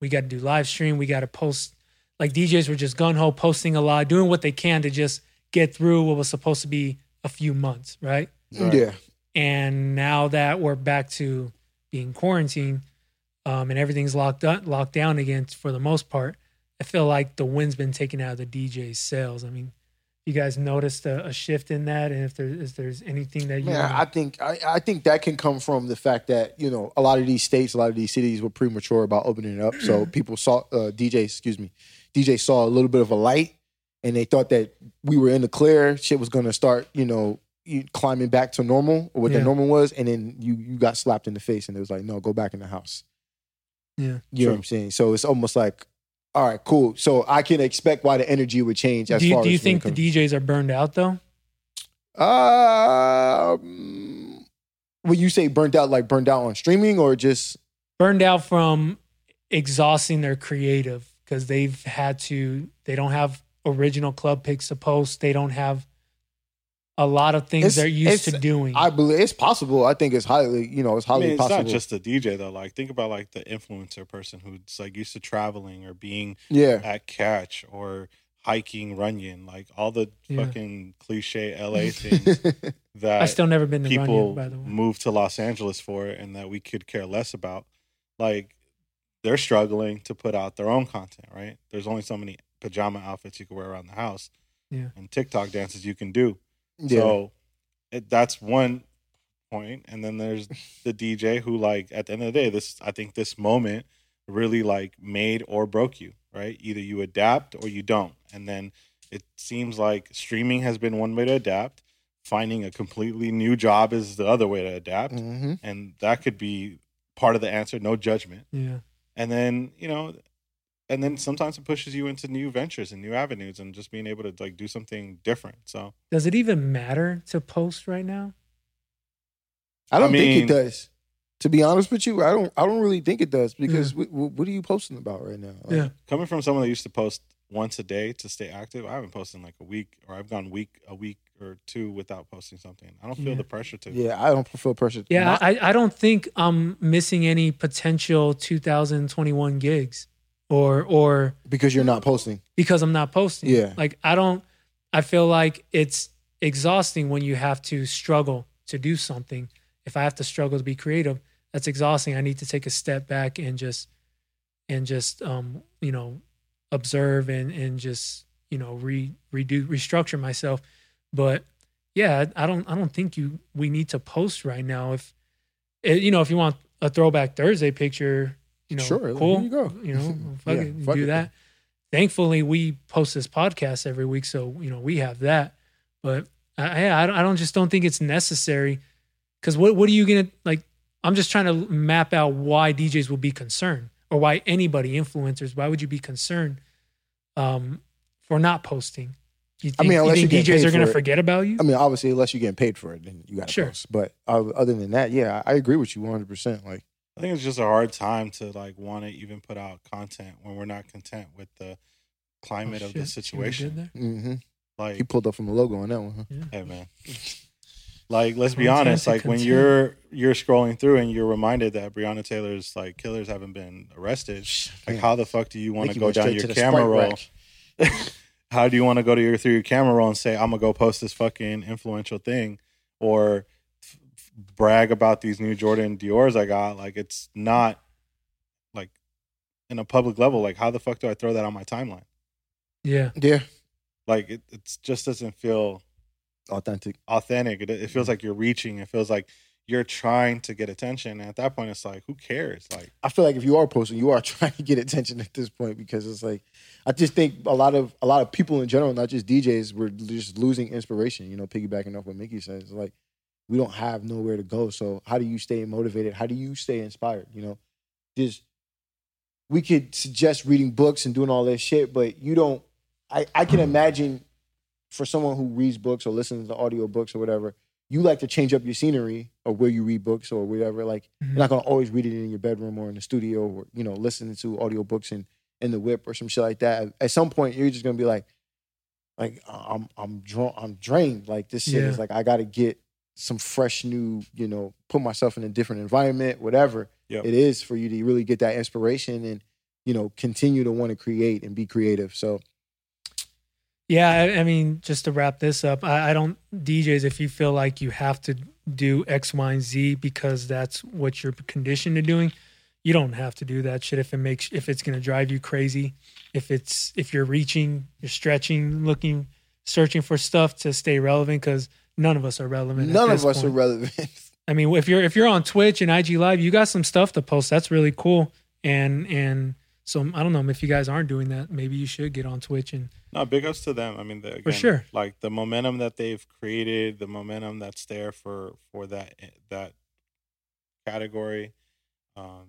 we got to do live stream, we got to post. Like DJs were just gun ho posting a lot, doing what they can to just get through what was supposed to be a few months, right? yeah. and now that we're back to being quarantined um, and everything's locked up, locked down again for the most part, I feel like the wind's been taken out of the DJ's sales. I mean, you guys noticed a, a shift in that, and if there is there's anything that you Man, I think I, I think that can come from the fact that you know a lot of these states, a lot of these cities were premature about opening it up. Mm-hmm. So people saw uh, DJs, excuse me, DJ saw a little bit of a light, and they thought that we were in the clear. Shit was going to start, you know, you- climbing back to normal or what Yeah. the normal was, and then you you got slapped in the face, and it was like, no, go back in the house. Yeah. you know what I'm saying. So it's almost like, all right, cool. So I can expect why the energy would change. As do far you, do you as when it think the comes- DJs are burned out though? um, when you say burnt out, like burnt out on streaming or just Burned out from exhausting their creative because they've had to they don't have original club picks to post. They don't have a lot of things It's- they're used to it's- doing. I believe it's possible. I think it's highly, you know, it's I highly mean, it's possible. not just the DJ though. Like, think about like the influencer person who's like used to traveling or being yeah, at catch or hiking Runyon, like all the Yeah. fucking cliche *laughs* LA things that I still never been to Runyon, people by the way. move to Los Angeles for and that we could care less about. Like they're struggling to put out their own content, right? There's only so many pajama outfits you can wear around the house Yeah. and TikTok dances you can do. *laughs* yeah. So it, that's one point. And then there's the DJ who, like, at the end of the day, this I think this moment really like made or broke you, right? Either you adapt or you don't. And then it seems like streaming has been one way to adapt. Finding a completely new job is the other way to adapt. Mhm. And that could be part of the answer, no judgment. Yeah. And then, you know, and then sometimes it pushes you into new ventures and new avenues and just being able to like do something different. So Does it even matter to post right now? I don't I think mean- it does. To be honest with you, I don't. I don't really think it does because wh- wh- what are you posting about right now? Like, coming from someone that used to post once a day to stay active, I haven't posted in like a week or I've gone week a week or two without posting something. I don't feel Yeah. the pressure to. yeah, I don't feel pressure. Yeah, Not- I, I don't think I'm missing any potential 2021 gigs or or because you're not posting. because I'm not posting. Yeah. Like I don't I feel like it's exhausting when you have to struggle to do something. If I have to struggle to be creative, that's exhausting. I need to take a step back and just and just um, you know, observe and and just, you know, re redo restructure myself. But yeah, I I don't I don't think you we need to post right now if eh, you know, if you want a throwback Thursday picture, you know, Sure, cool. here you go. You *laughs* know, fuck Yeah, it, fuck do it. that. Thankfully, we post this podcast every week, so you know we have that. But I, I, I don't- I don't just don't think it's necessary because what what are you gonna like? I'm just trying to map out why DJs will be concerned or why anybody influencers. Why would you be concerned um, for not posting? You think, I mean, unless you you're think getting DJs paid are gonna for it. forget about you? I mean, obviously, unless you're getting paid for it, then you got to Sure. post. But uh, other than that, yeah, I I agree with you 100. percent Like, I think it's just a hard time to like want to even put out content when we're not content with the Oh, climate of shit, the see what I did situation. there? mm-hmm. Like, he pulled up from the logo on that one. Huh? *laughs* hey man, like let's be Content honest. to Like when content. you're you're scrolling through and you're reminded that Breonna Taylor's like killers haven't been arrested. Like Man, how the fuck do you want think to he go went down straight your to the camera Sprite roll? rack. how do you want to go to your through your camera roll and say I'm gonna go post this fucking influential thing or f- f- brag about these new Jordan Dior's I got? Like it's not like in a public level. Like how the fuck do I throw that on my timeline? Yeah. Yeah, Like it it's just doesn't feel authentic. authentic. It, it feels like you're reaching. It feels like you're trying to get attention. And at that point, it's like who cares? Like I feel like if you are posting, you are *laughs* trying to get attention at this point because it's like I just think a lot of a lot of people in general, not just DJs, were just losing inspiration. You know, piggybacking off what Mickey says, like we don't have nowhere to go. So how do you stay motivated? How do you stay inspired? You know, just we could suggest reading books and doing all that shit, but you don't. I I can imagine for someone who reads books or listens to audio books or whatever, you like to change up your scenery or where you read books or whatever. Like Mhm. you're not gonna always read it in your bedroom or in the studio or you know listening to audiobooks and in the whip or some shit like that. At some point, you're just gonna be like, like I'm I'm drawn I'm drained. Like this shit Yeah. is like I gotta get some fresh new you know put myself in a different environment, whatever Yep. it is for you to really get that inspiration and you know continue to want to create and be creative. So Yeah, I, I mean, just to wrap this up, I, I don't DJs. If you feel like you have to do X, Y, and Z because that's what you're conditioned to doing, you don't have to do that shit. If it makes, if it's gonna drive you crazy, if it's if you're reaching, you're stretching, looking, searching for stuff to stay relevant, because none of us are relevant. at none this of us point. are relevant. *laughs* I mean, if you're if you're on Twitch and IG Live, you got some stuff to post. That's really cool. And and so I don't know if you guys aren't doing that, maybe you should get on Twitch and No, big ups to them. I mean, the, again, sure. Like the momentum that they've created, the momentum that's there for for that eh, that category. Um,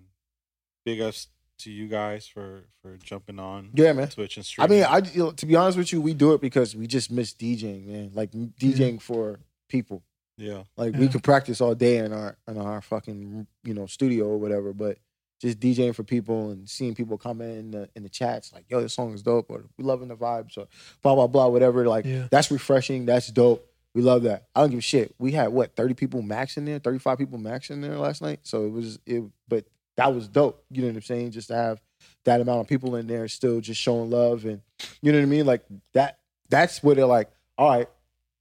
big ups to you guys for for jumping on. Yeah, man. Twitch and I streaming. mean, I you know, to be honest with you, we do it because we just miss DJing, man. Like DJing for people. yeah, Like Yeah. we could practice all day in our in our fucking you know studio or whatever, but just DJing for people and seeing people comment in the in the chats like, "Yo, this song is dope," or "We loving the vibes," or blah blah blah, whatever. Like Yeah. that's refreshing. That's dope. We love that. I don't give a shit. We had what thirty people max in there, thirty five people max in there last night. So it was it, but that was dope. You know what I'm saying? Just to have that amount of people in there still just showing love and you know what I mean? Like that. That's where they're like, all right,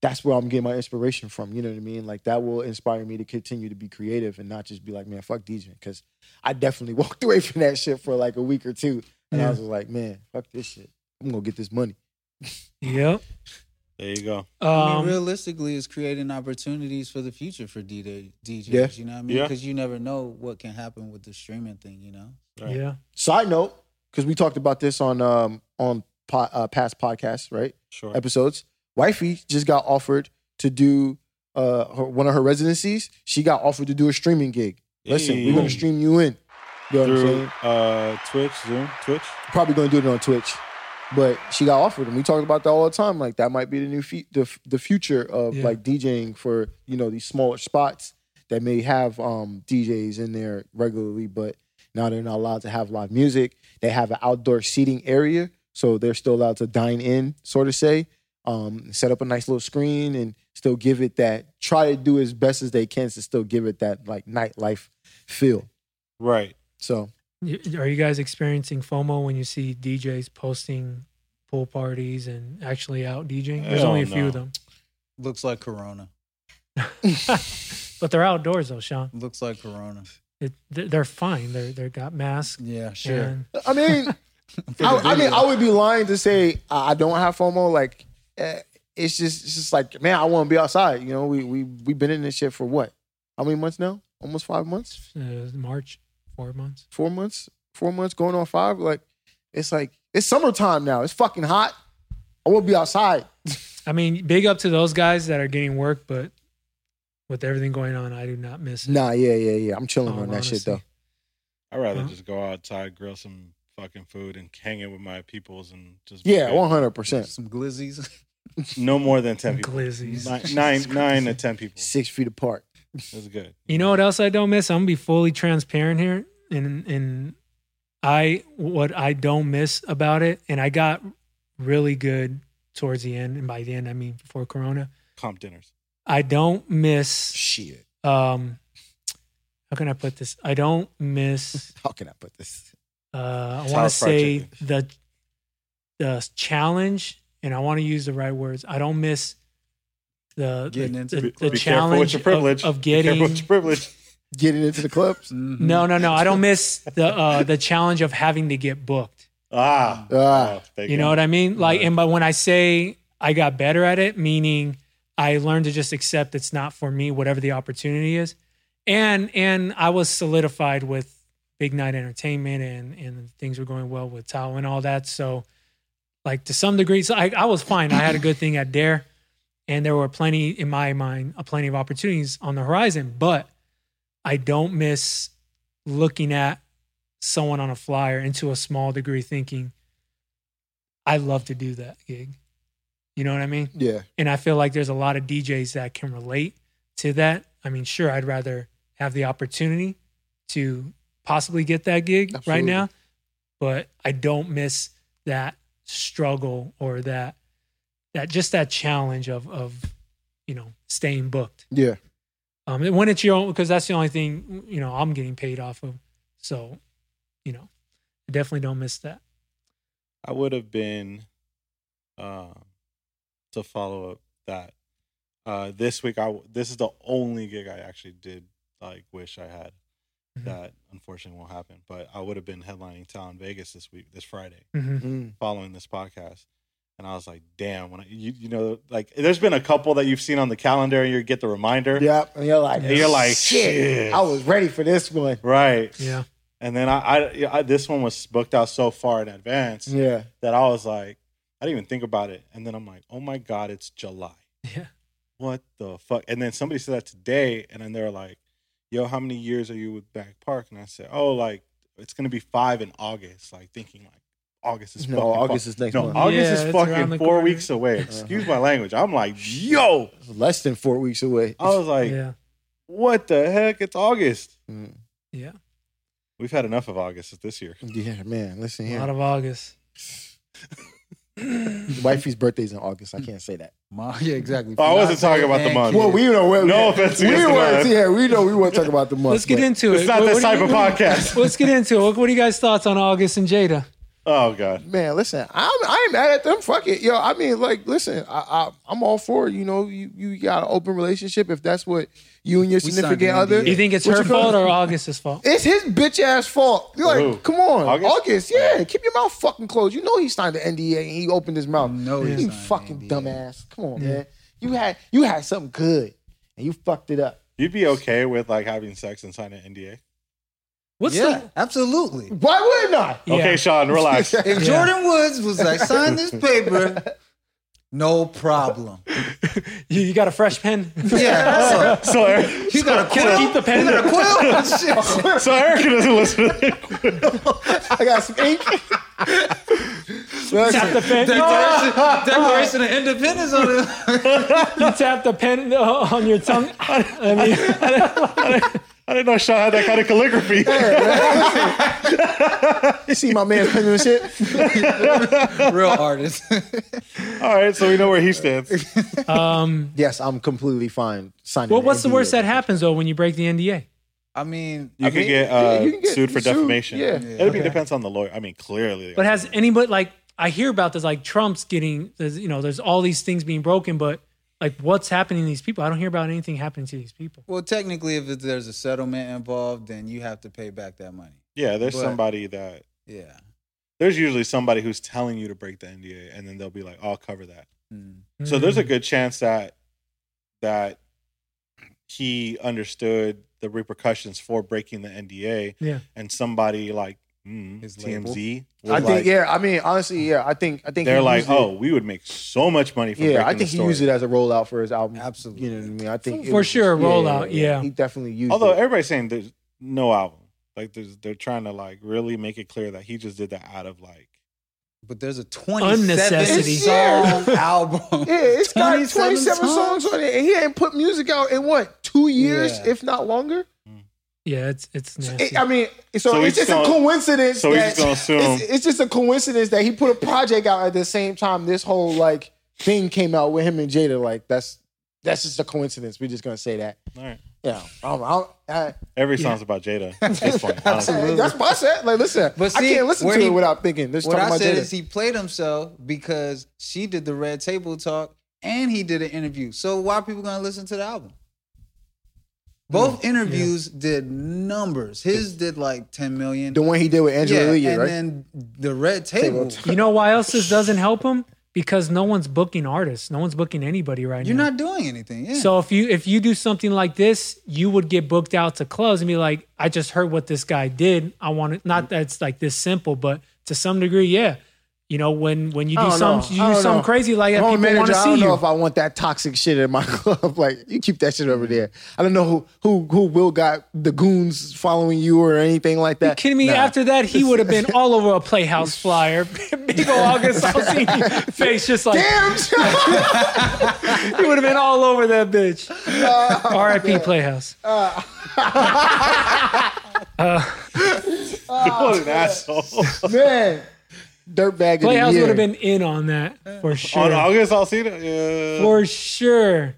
that's where I'm getting my inspiration from. You know what I mean? Like that will inspire me to continue to be creative and not just be like, man, fuck DJing. Because I definitely *laughs* walked away from that shit for like a week or two, and I Yeah. was just like, man, fuck this shit. I'm gonna get this money. yep. there you go. I Um, mean, realistically, it's creating opportunities for the future for DJ, DJs. Yeah. You know what I mean? Yeah. Because you never know what can happen with the streaming thing. You know. Right. Yeah. Side note, because we talked about this on um on po- uh, past podcasts, right? Sure. episodes. Wifey just got offered to do uh her, one of her residencies. She got offered to do a streaming gig. Listen, Hey. we're gonna stream you in. You know what I'm through saying? uh, Twitch, Zoom, Twitch. Probably gonna do it on Twitch, but she got offered, and we talked about that all the time. Like that might be the new fe- the the future of Yeah. like DJing for you know these smaller spots that may have um DJs in there regularly, but now they're not allowed to have live music. They have an outdoor seating area, so they're still allowed to dine in, sort of say. Um, set up a nice little screen and still give it that. Try to do as best as they can to still give it that like nightlife feel. Right. So Y- Are you guys experiencing FOMO when you see DJs posting pool parties and actually out DJing? There's Hell only a few of no. them, Looks like Corona. but they're outdoors though, Sean. Looks like Corona. It, th- they're fine. They're they are got masks. Yeah, sure. and- I mean. Oh, I, I mean, I would be lying to say I I don't have FOMO. Like, eh, it's just, it's just like, man, I want to be outside. You know, we we we've been in this shit for what? How many months now? almost five months, Uh, March, four months. four months, four months going on five. Like it's like it's summertime now. It's fucking hot. I will be outside. I mean, big up to those guys that are getting work, but with everything going on, I do not miss it. Nah, yeah, yeah, yeah. I'm chilling Oh, on that shit honestly. though. I'd rather Uh-huh. Huh? just go outside, grill some fucking food, and hang it with my peoples, and just be Yeah, good. one hundred percent. Some glizzies. *laughs* no more than ten people. Glizzies. Nine, nine, nine to ten people. Six feet apart. That's good. You know what else I don't miss? I'm gonna be fully transparent here, and and I what I don't miss about it, and I got really good towards the end, and by the end I mean before Corona. Comp dinners. I don't miss. Shit. Um, how can I put this? I don't miss. How can I put this? Uh, I want Sour to fried say chicken. the the challenge, and I want to use the right words. I don't miss the Getting the, into the, the the club. Be careful with challenge your of, privilege. of Be getting careful with your privilege. Getting into the clubs. Mm. Mhm. No, no, no. I don't miss the uh, the challenge of having to get booked. Ah, Ah. thank You know what I mean? Like, and but when I say I got better at it, meaning I learned to just accept it's not for me, whatever the opportunity is, and and I was solidified with Big Night Entertainment, and and things were going well with Tao and all that. So, like to some degree, so I, I was fine. I had a good thing at Dare, and there were plenty in my mind, uh, plenty of opportunities on the horizon. But I don't miss looking at someone on a flyer and to a small degree thinking I love to do that gig. You know what I mean? Yeah. And I feel like there's a lot of DJs that can relate to that. I mean, sure, I'd rather have the opportunity to possibly get that gig right Absolutely. now, but I don't miss that struggle or that that just that challenge of of you know staying booked. Yeah. Um, and when it's your own, because that's the only thing you know I'm getting paid off of. So, you know, I definitely don't miss that. I would have been uh, to follow up that uh, this week. I w- this is the only gig I actually did like wish I had. Mhm. That unfortunately won't happen. But I would have been headlining Town Vegas this week, this Friday, Mhm. following this podcast. And I was like, damn, when I, you you know like there's been a couple that you've seen on the calendar and you get the reminder, Yep. And you're like, And you're like, shit. I was ready for this one. right? Yeah, And then I, I, I this one was booked out so far in advance Yeah. that I was like, I didn't even think about it. And then I'm like, oh my God, it's July. *laughs* yeah, What the fuck? And then somebody said that today, and then they're like, yo, how many years are you with Back Park? And I said, oh, like, it's going to be five in August. Like, thinking like, August is No, fucking August fu- is next No, month. Uh-huh. August Yeah, is it's around fucking the four corner. weeks away. Excuse my language. I'm like, yo. Less than four weeks away. I was like, yeah, what the heck? It's August. Mm. yeah. We've had enough of August this year. Yeah, man. Listen A lot here. of August. Wifey's birthday's in August. I can't say that. My, yeah, exactly. Oh, I wasn't talking about the And month. Well, kids. we know where No we, offense we against the weren't, month. yeah, we know we want to talk about the month. Let's get but- into it. It's not this do you- type of podcast. Let's get into it. What, what are you guys' thoughts on August and Jada? *laughs* Oh, God. Man, listen, I'm I ain't mad at them. Fuck it, yo. I mean, like, listen, I, I I'm all for it. You know, you you got an open relationship if that's what you and your signed significant an other. NDA. You think it's What her you call fault it? or August's fault? It's his bitch ass fault. You're like, Who? come on, August? August? yeah. Keep your mouth fucking closed. You know he signed the NDA and he opened his mouth. No, he you signed the fucking NDA. dumbass. Come on, man. You had you had something good and you fucked it up. You'd be okay with like having sex and signing an NDA? What's Yeah, the absolutely. Why wouldn't *laughs* I? Yeah. Okay, Sean, relax. If Yeah. Jordan Woods was like, sign this paper, no problem. you, you got a fresh pen? Yeah. so, so, you got a Can I keep the quill? pen? You got a quill? Shit. so Erica doesn't listen. To it. I got some ink. Tap the pen. You Declaration, Declaration of Independence on it. tap the pen uh, on your tongue. I mean, I didn't know Sean had that kind of calligraphy. *laughs* You see my man's pen and shit. *laughs* Real artist. *laughs* All right, so we know where he stands. Yes, I'm completely fine signing. well, an what's the NDA. worst that happens though when you break the NDA? I mean, You I could mean, get, yeah, uh, you can get sued for sued, defamation. yeah. it would be depends on the lawyer. I mean, clearly. But has anybody like I hear about this like Trump's getting there's, you know there's all these things being broken, but like what's happening to these people? I don't hear about anything happening to these people. well, technically, if there's a settlement involved, then you have to pay back that money. yeah, there's but- somebody that Yeah. there's usually somebody who's telling you to break the NDA, and then they'll be like, "I'll cover that." Mm. So there's a Mm. good chance that that he understood the the repercussions for breaking the NDA, Yeah. and somebody like mm, His TMZ, was I like- think yeah. I mean, honestly, yeah. I think I think they're he like, used it- oh, we would make so much money. From yeah. breaking I think the he story. used it as a rollout for his album. Absolutely. You know what I mean? I think For- for sure, a rollout, yeah. He definitely used. Although it. everybody's saying there's no album, like there's, they're trying to like really make it clear that he just did that out of like. But there's a Unnecessity. 27 song album. yeah, it's got 27 twenty seven songs? songs on it, and he ain't put music out in what two years, Yeah. if not longer. Yeah, it's it's So, nasty. it- I mean, so, So it's he's just a gonna- coincidence. So he's that, just gonna assume. it's, it's just a coincidence that he put a project out at the same time this whole like thing came out with him and Jada. Like that's that's just a coincidence. We're just gonna say that. All right. Yeah, I'm, I'm, I, Every Yeah. song's *laughs* about Jada. at this point, honestly. Absolutely. that's what I said. Like, listen, But I see, can't listen where to he- it without thinking. This What talking I about said Jada. is he played himself because she did the red table talk and he did an interview. So why are people gonna listen to the album? Hmm, Both interviews did numbers. His did like 10 million. the one he did with Angela yeah, Lee, and right? then the red table. Table you know why else this doesn't help him? Because no one's booking artists. No one's booking anybody right You're now. not doing anything. Yeah. So if you if you do something like this, you would get booked out to clubs and be like, I just heard what this guy did. I want it. Not that it's like this simple, but to some degree, yeah. You know, when when you I do don't know. something I you do don't something know. crazy like that, Home people want manager, to I don't see know you. if I want that toxic shit in my *laughs* club. Like, you keep that shit over there. I don't know who who who will got the goons following you or anything like that. You kidding me? Nah. After that, he would have been all over a Playhouse flyer, *laughs* big ol' August *laughs* Alsina face, just like *laughs* Damn, *laughs* John. he would have been all over that bitch. R.I.P. Playhouse. what *laughs* an asshole. man. Dirtbag of the Playhouse year. would have been in on that for On sure. August, I'll see that. Yeah. For sure.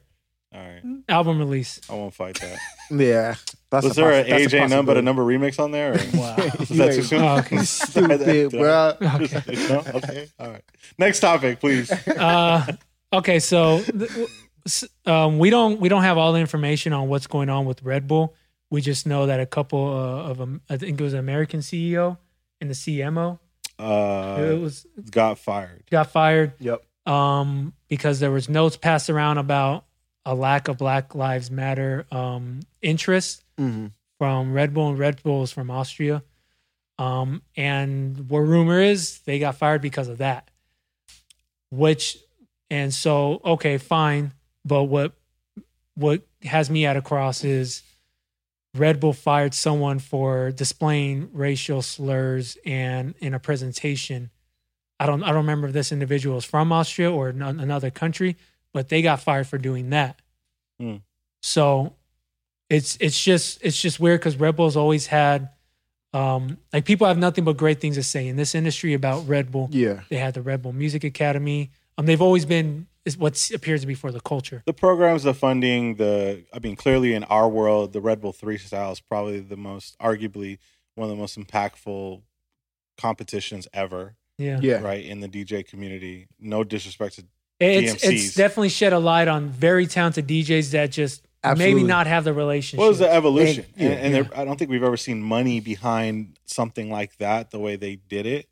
All right. Album release. I won't fight that. Yeah. *laughs* That's Was there an possi- that's AJ number, a possibility. number remix *laughs* on there? Or? *laughs* Wow. Is You that too ain't soon? Oh, *laughs* okay. Stupid, bro. No? Okay. All right. Next *laughs* topic, please. uh, okay, so th- w- s- um, we don't we don't have all the information on what's going on with Red Bull. We just know that a couple uh, of um, I think it was an American CEO and the CMO it Uh, was got fired. got fired Yep. um, because there was notes passed around about a lack of Black Lives Matter um, interest Mhm. from Red Bull, and Red Bull is from Austria. Um, and what rumor is they got fired because of that. Which, and so okay, fine. But what what has me at a cross is Red Bull fired someone for displaying racial slurs and in a presentation. I don't I don't remember if this individual is from Austria or an- another country, but they got fired for doing that. Hmm. So it's it's just it's just weird because Red Bull's always had um like people have nothing but great things to say in this industry about Red Bull. Yeah. They had the Red Bull Music Academy. Um they've always been is what appears to be for the culture. The programs, the funding, the, I mean, clearly in our world, the Red Bull 3 style is probably the most, arguably, one of the most impactful competitions ever, Yeah. Yeah. right, in the DJ community. No disrespect to It's it's DMCs. definitely shed a light on very talented DJs that just Absolutely. maybe not have the relationship. What was the evolution? And- yeah, and and There, I don't think we've ever seen money behind something like that the way they did it.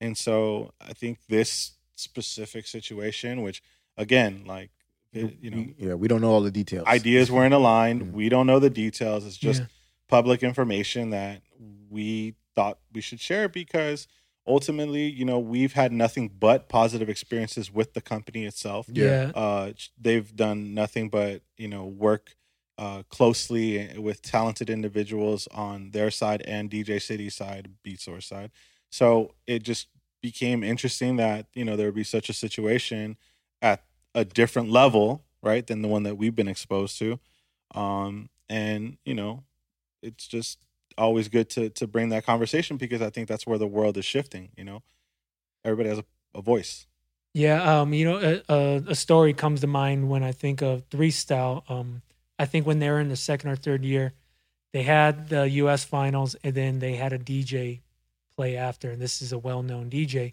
And so I think this specific situation, which again, like it- you know, Yeah, we don't know all the details. ideas weren't aligned. We don't know the details. It's just Yeah. public information that we thought we should share because ultimately, you know, we've had nothing but positive experiences with the company itself yeah. uh, they've done nothing but you know work uh, closely with talented individuals on their side and DJ City side, Beat Source side. So it just became interesting that you know there would be such a situation at a different level, right, than the one that we've been exposed to. Um, and you know, it's just always good to to bring that conversation because I think that's where the world is shifting. You know, everybody has a, a voice. Yeah, um, you know, a, a, a story comes to mind when I think of three style. Um, I think when they were in the second or third year, they had the U.S. finals, and then they had a DJ play after, and this is a well-known DJ,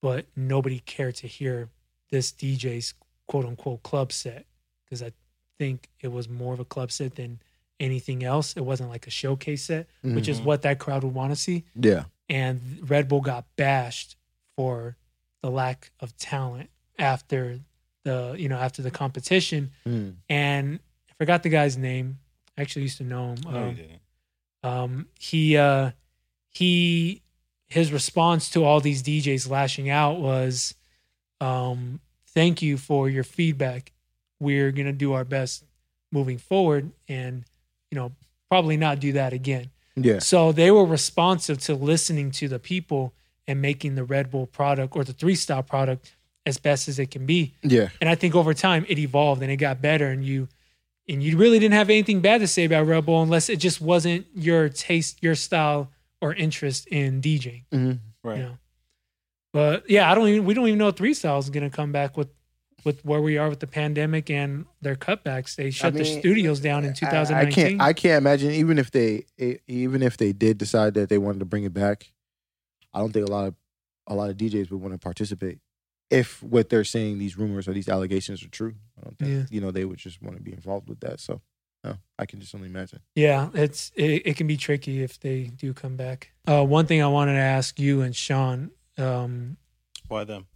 but nobody cared to hear this DJ's quote-unquote club set because I think it was more of a club set than anything else. It wasn't like a showcase set, which is Mhm. what that crowd would want to see Yeah. and Red Bull got bashed for the lack of talent after the you know after the competition Mm. and I forgot the guy's name actually used to know him. No, Um, you didn't. um, he uh, he his response to all these DJs lashing out was, um, "Thank you for your feedback. We're gonna do our best moving forward, and you know probably not do that again." Yeah. *laughs* So they were responsive to listening to the people and making the Red Bull product or the Three Style product as best as it can be Yeah. and I think over time it evolved and it got better and you and you really didn't have anything bad to say about Red Bull unless it just wasn't your taste, your style, or interest in DJing. hmm Right. You know. But yeah, I don't even we don't even know if three styles is gonna come back with with where we are with the pandemic and their cutbacks. They shut their mean, studios down in I, I 2019. can't. I can't imagine even if they e- even if they did decide that they wanted to bring it back. I don't think a lot of a lot of DJs would want to participate if what they're saying, these rumors or these allegations, are true. I don't think Yeah. you know they would just want to be involved with that. So no, I can just only imagine. Yeah, it's it, it can be tricky if they do come back. Uh, one thing I wanted to ask you and Sean, um, Why them?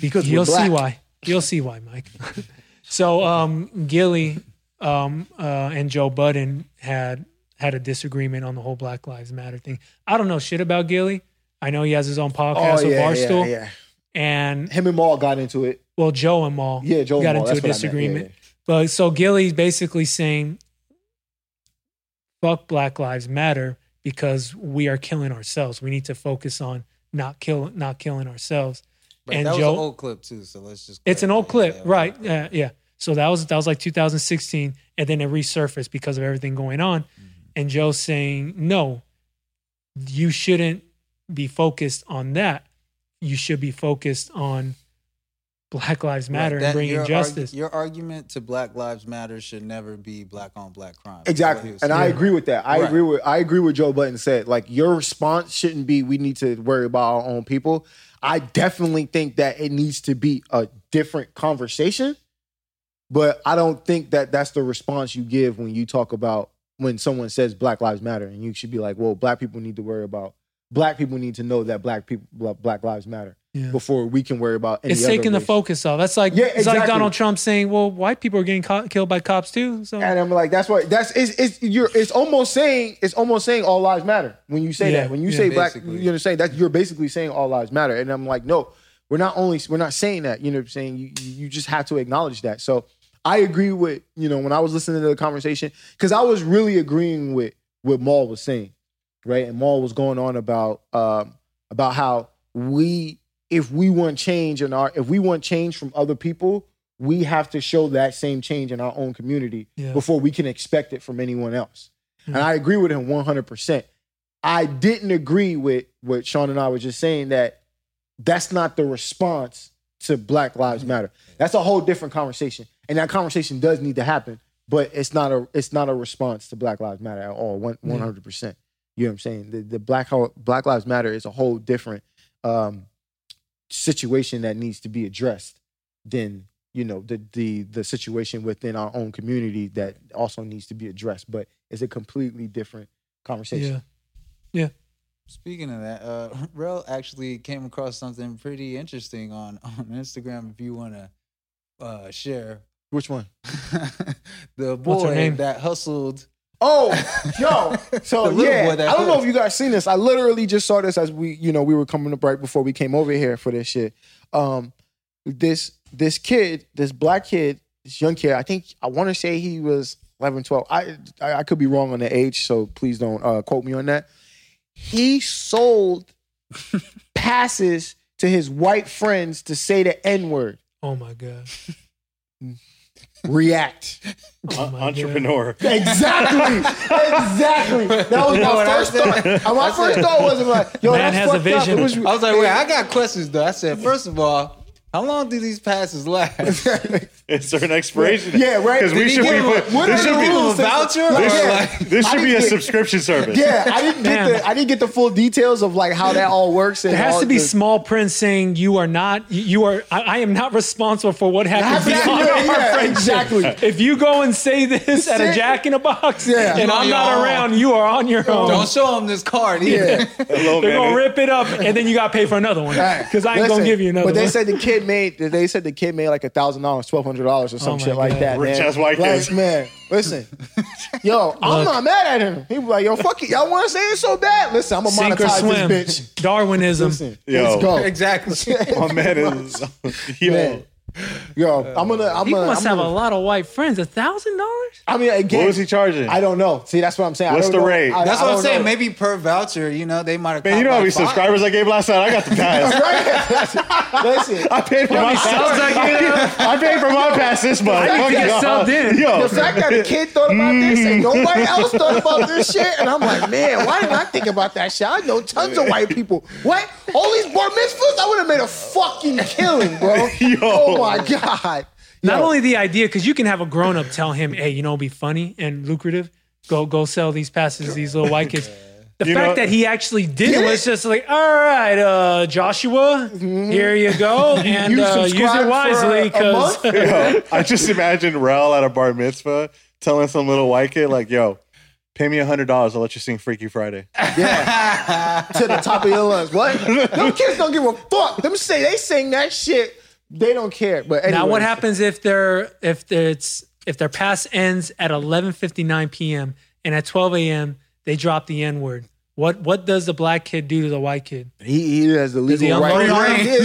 Because we're you'll see black. why. You'll see why, Mike. *laughs* so um, Gilly um, uh, and Joe Budden had had a disagreement on the whole Black Lives Matter thing. I don't know shit about Gilly. I know he has his own podcast with Barstool, Oh, yeah, and Him and Maul got into it. well, Joe and Maul Yeah, Joe got and Maul, into a that's what I meant. Yeah, disagreement. But so Gilly's basically saying, "Fuck Black Lives Matter because we are killing ourselves. We need to focus on not kill not killing ourselves." But And that Joe- was an old clip too, so let's just. It's an old clarify. clip, Yeah, right? Yeah, yeah. So that was that was like 2016, and then it resurfaced because of everything going on. Mm-hmm. And Joe saying, "No, you shouldn't be focused on that. You should be focused on Black Lives Matter That- and bringing your justice." argu- your argument to Black Lives Matter should never be black on black crime. Exactly, That's what and he was I saying. agree with that. I Right. agree with I agree with Joe Button said. Like your response shouldn't be we need to worry about our own people. I definitely think that it needs to be a different conversation, but I don't think that that's the response you give when you talk about when someone says Black Lives Matter, and you should be like, well, black people need to worry about black people need to know that black people Bla- Black Lives Matter Yeah. before we can worry about. Any It's other taking the race. focus off. That's like Yeah, it's like exactly. Donald Trump saying, "Well, white people are getting co- killed by cops too." So And I'm like, that's why that's it's it's you're it's almost saying it's almost saying all lives matter when you say Yeah, that. When you yeah. say black, Basically. you know, saying that you're basically saying all lives matter. And I'm like, no, we're not only we're not saying that. You know, what I'm saying you you you just have to acknowledge that. So I agree with you know when I was listening to the conversation because I was really agreeing with what Maul was saying, right? And Maul was going on about um about how we if we want change in our if we want change from other people we have to show that same change in our own community Yeah. before we can expect it from anyone else and i agree with him 100% i didn't agree with what sean and i were just saying that that's not the response to black lives matter that's a whole different conversation and that conversation does need to happen but it's not a it's not a response to black lives matter at all one- 100% you know what i'm saying the, the black Ho- black lives matter is a whole different um situation that needs to be addressed than you know the the the situation within our own community that also needs to be addressed but it's a completely different conversation yeah, Speaking of that, uh, *laughs* Rel actually came across something pretty interesting on *laughs* on Instagram. If you want to uh, share, *laughs* which one? the What's her boy name? that hustled. Oh, *laughs* yo so The little yeah boy that i don't know hood. if you guys seen this i literally just saw this as we you know we were coming up right before we came over here for this shit um this this kid this black kid this young kid i think i want to say he was 11 12 I, I i could be wrong on the age so please don't uh quote me on that he *laughs* sold passes to his white friends to say the n word oh my god, react oh Un- my entrepreneur. *laughs* Exactly. exactly. That was You know my what I first said? thought. And my I said- first thought was like, yo, Man that's has a fucked up. vision. It was- I was like, wait, I got questions though. I *laughs* said, first of all, how long do these passes *laughs* last? Is there an expiration? Yeah, right. Because Did we he should give be. him Put, a- what this did he should give be. him a voucher or Yeah. like? This I should be a didn't get- subscription *laughs* service. Yeah, I didn't get Damn. the I didn't get the full details of like how that all works. And There has all to be *laughs* the- small print saying you are not, you are, I, I am not responsible for what happens Happens beyond beyond our friendship. *laughs* exactly. If you go and say this at a Sit- Jack in a Box, Yeah. and You're on I'm not your own. around, you are on your own. *laughs* Don't show him this card. either. Hello, They're gonna man. rip it up, and then you gotta pay for another one because I ain't Listen, gonna give you another. But they one. said the kid made. They said the kid made like a thousand dollars, twelve hundred dollars, or Oh some my shit like God. that. Rich man. ass white like, kids. man. *laughs* Listen, yo, Look. I'm not mad at him. He was like, yo, fuck it, y'all want to say it so bad? Listen, I'm gonna sink or monetize swim, this bitch. Darwinism. Listen, Yo. let's go. *laughs* exactly. My Oh, man is *laughs* yo. Man. Yo, Uh, I'm gonna. I'm He gonna. must I'm have gonna- a lot of white friends. A thousand dollars? I mean, again, What was he charging? I don't know. See, that's what I'm saying. I What's don't the know. rate? I- That's I what I'm don't saying. know. Maybe per voucher, you know, they might have. Man, you know how many subscribers I gave last night? I *laughs* got the pass. Right? Listen, *laughs* I paid for my pass. Sounds *laughs* like you know. I paid for my pass this month. I need to Fuck get y'all. subbed in. *laughs* Yo, the fact that a kid thought about this and Mm. nobody else thought about *laughs* this shit, and I'm like, man, why didn't I think about that shit? I know tons of white people. What? All these bar mitzvahs? I would have made a fucking killing, bro. *laughs* Yo. Oh my god. Not Yo. only the idea, because you can have a grown up tell him, "Hey, you know, it'd be funny and lucrative. Go, go sell these passes to these little white kids." The You fact know- that he actually did it Did was it? just like, "All right, uh, Joshua, here you go, and Mm-hmm. *laughs* you uh, use subscribe it for wisely." a month? Because yo, I just imagine Rel at a bar mitzvah telling some little white kid, like, yo, pay me $100. I'll let you sing Freaky *laughs* Friday. to the top of your lungs. What? Them kids don't give a fuck. Them say they sing that shit. They don't care. But *laughs* anyway, now, what happens if they're if it's if their pass ends at 11:59 p.m. and at 12 a.m. they drop the N word? What what does the black kid do to the white kid? He, he has the he legal right. unload the Yeah, ring? yeah.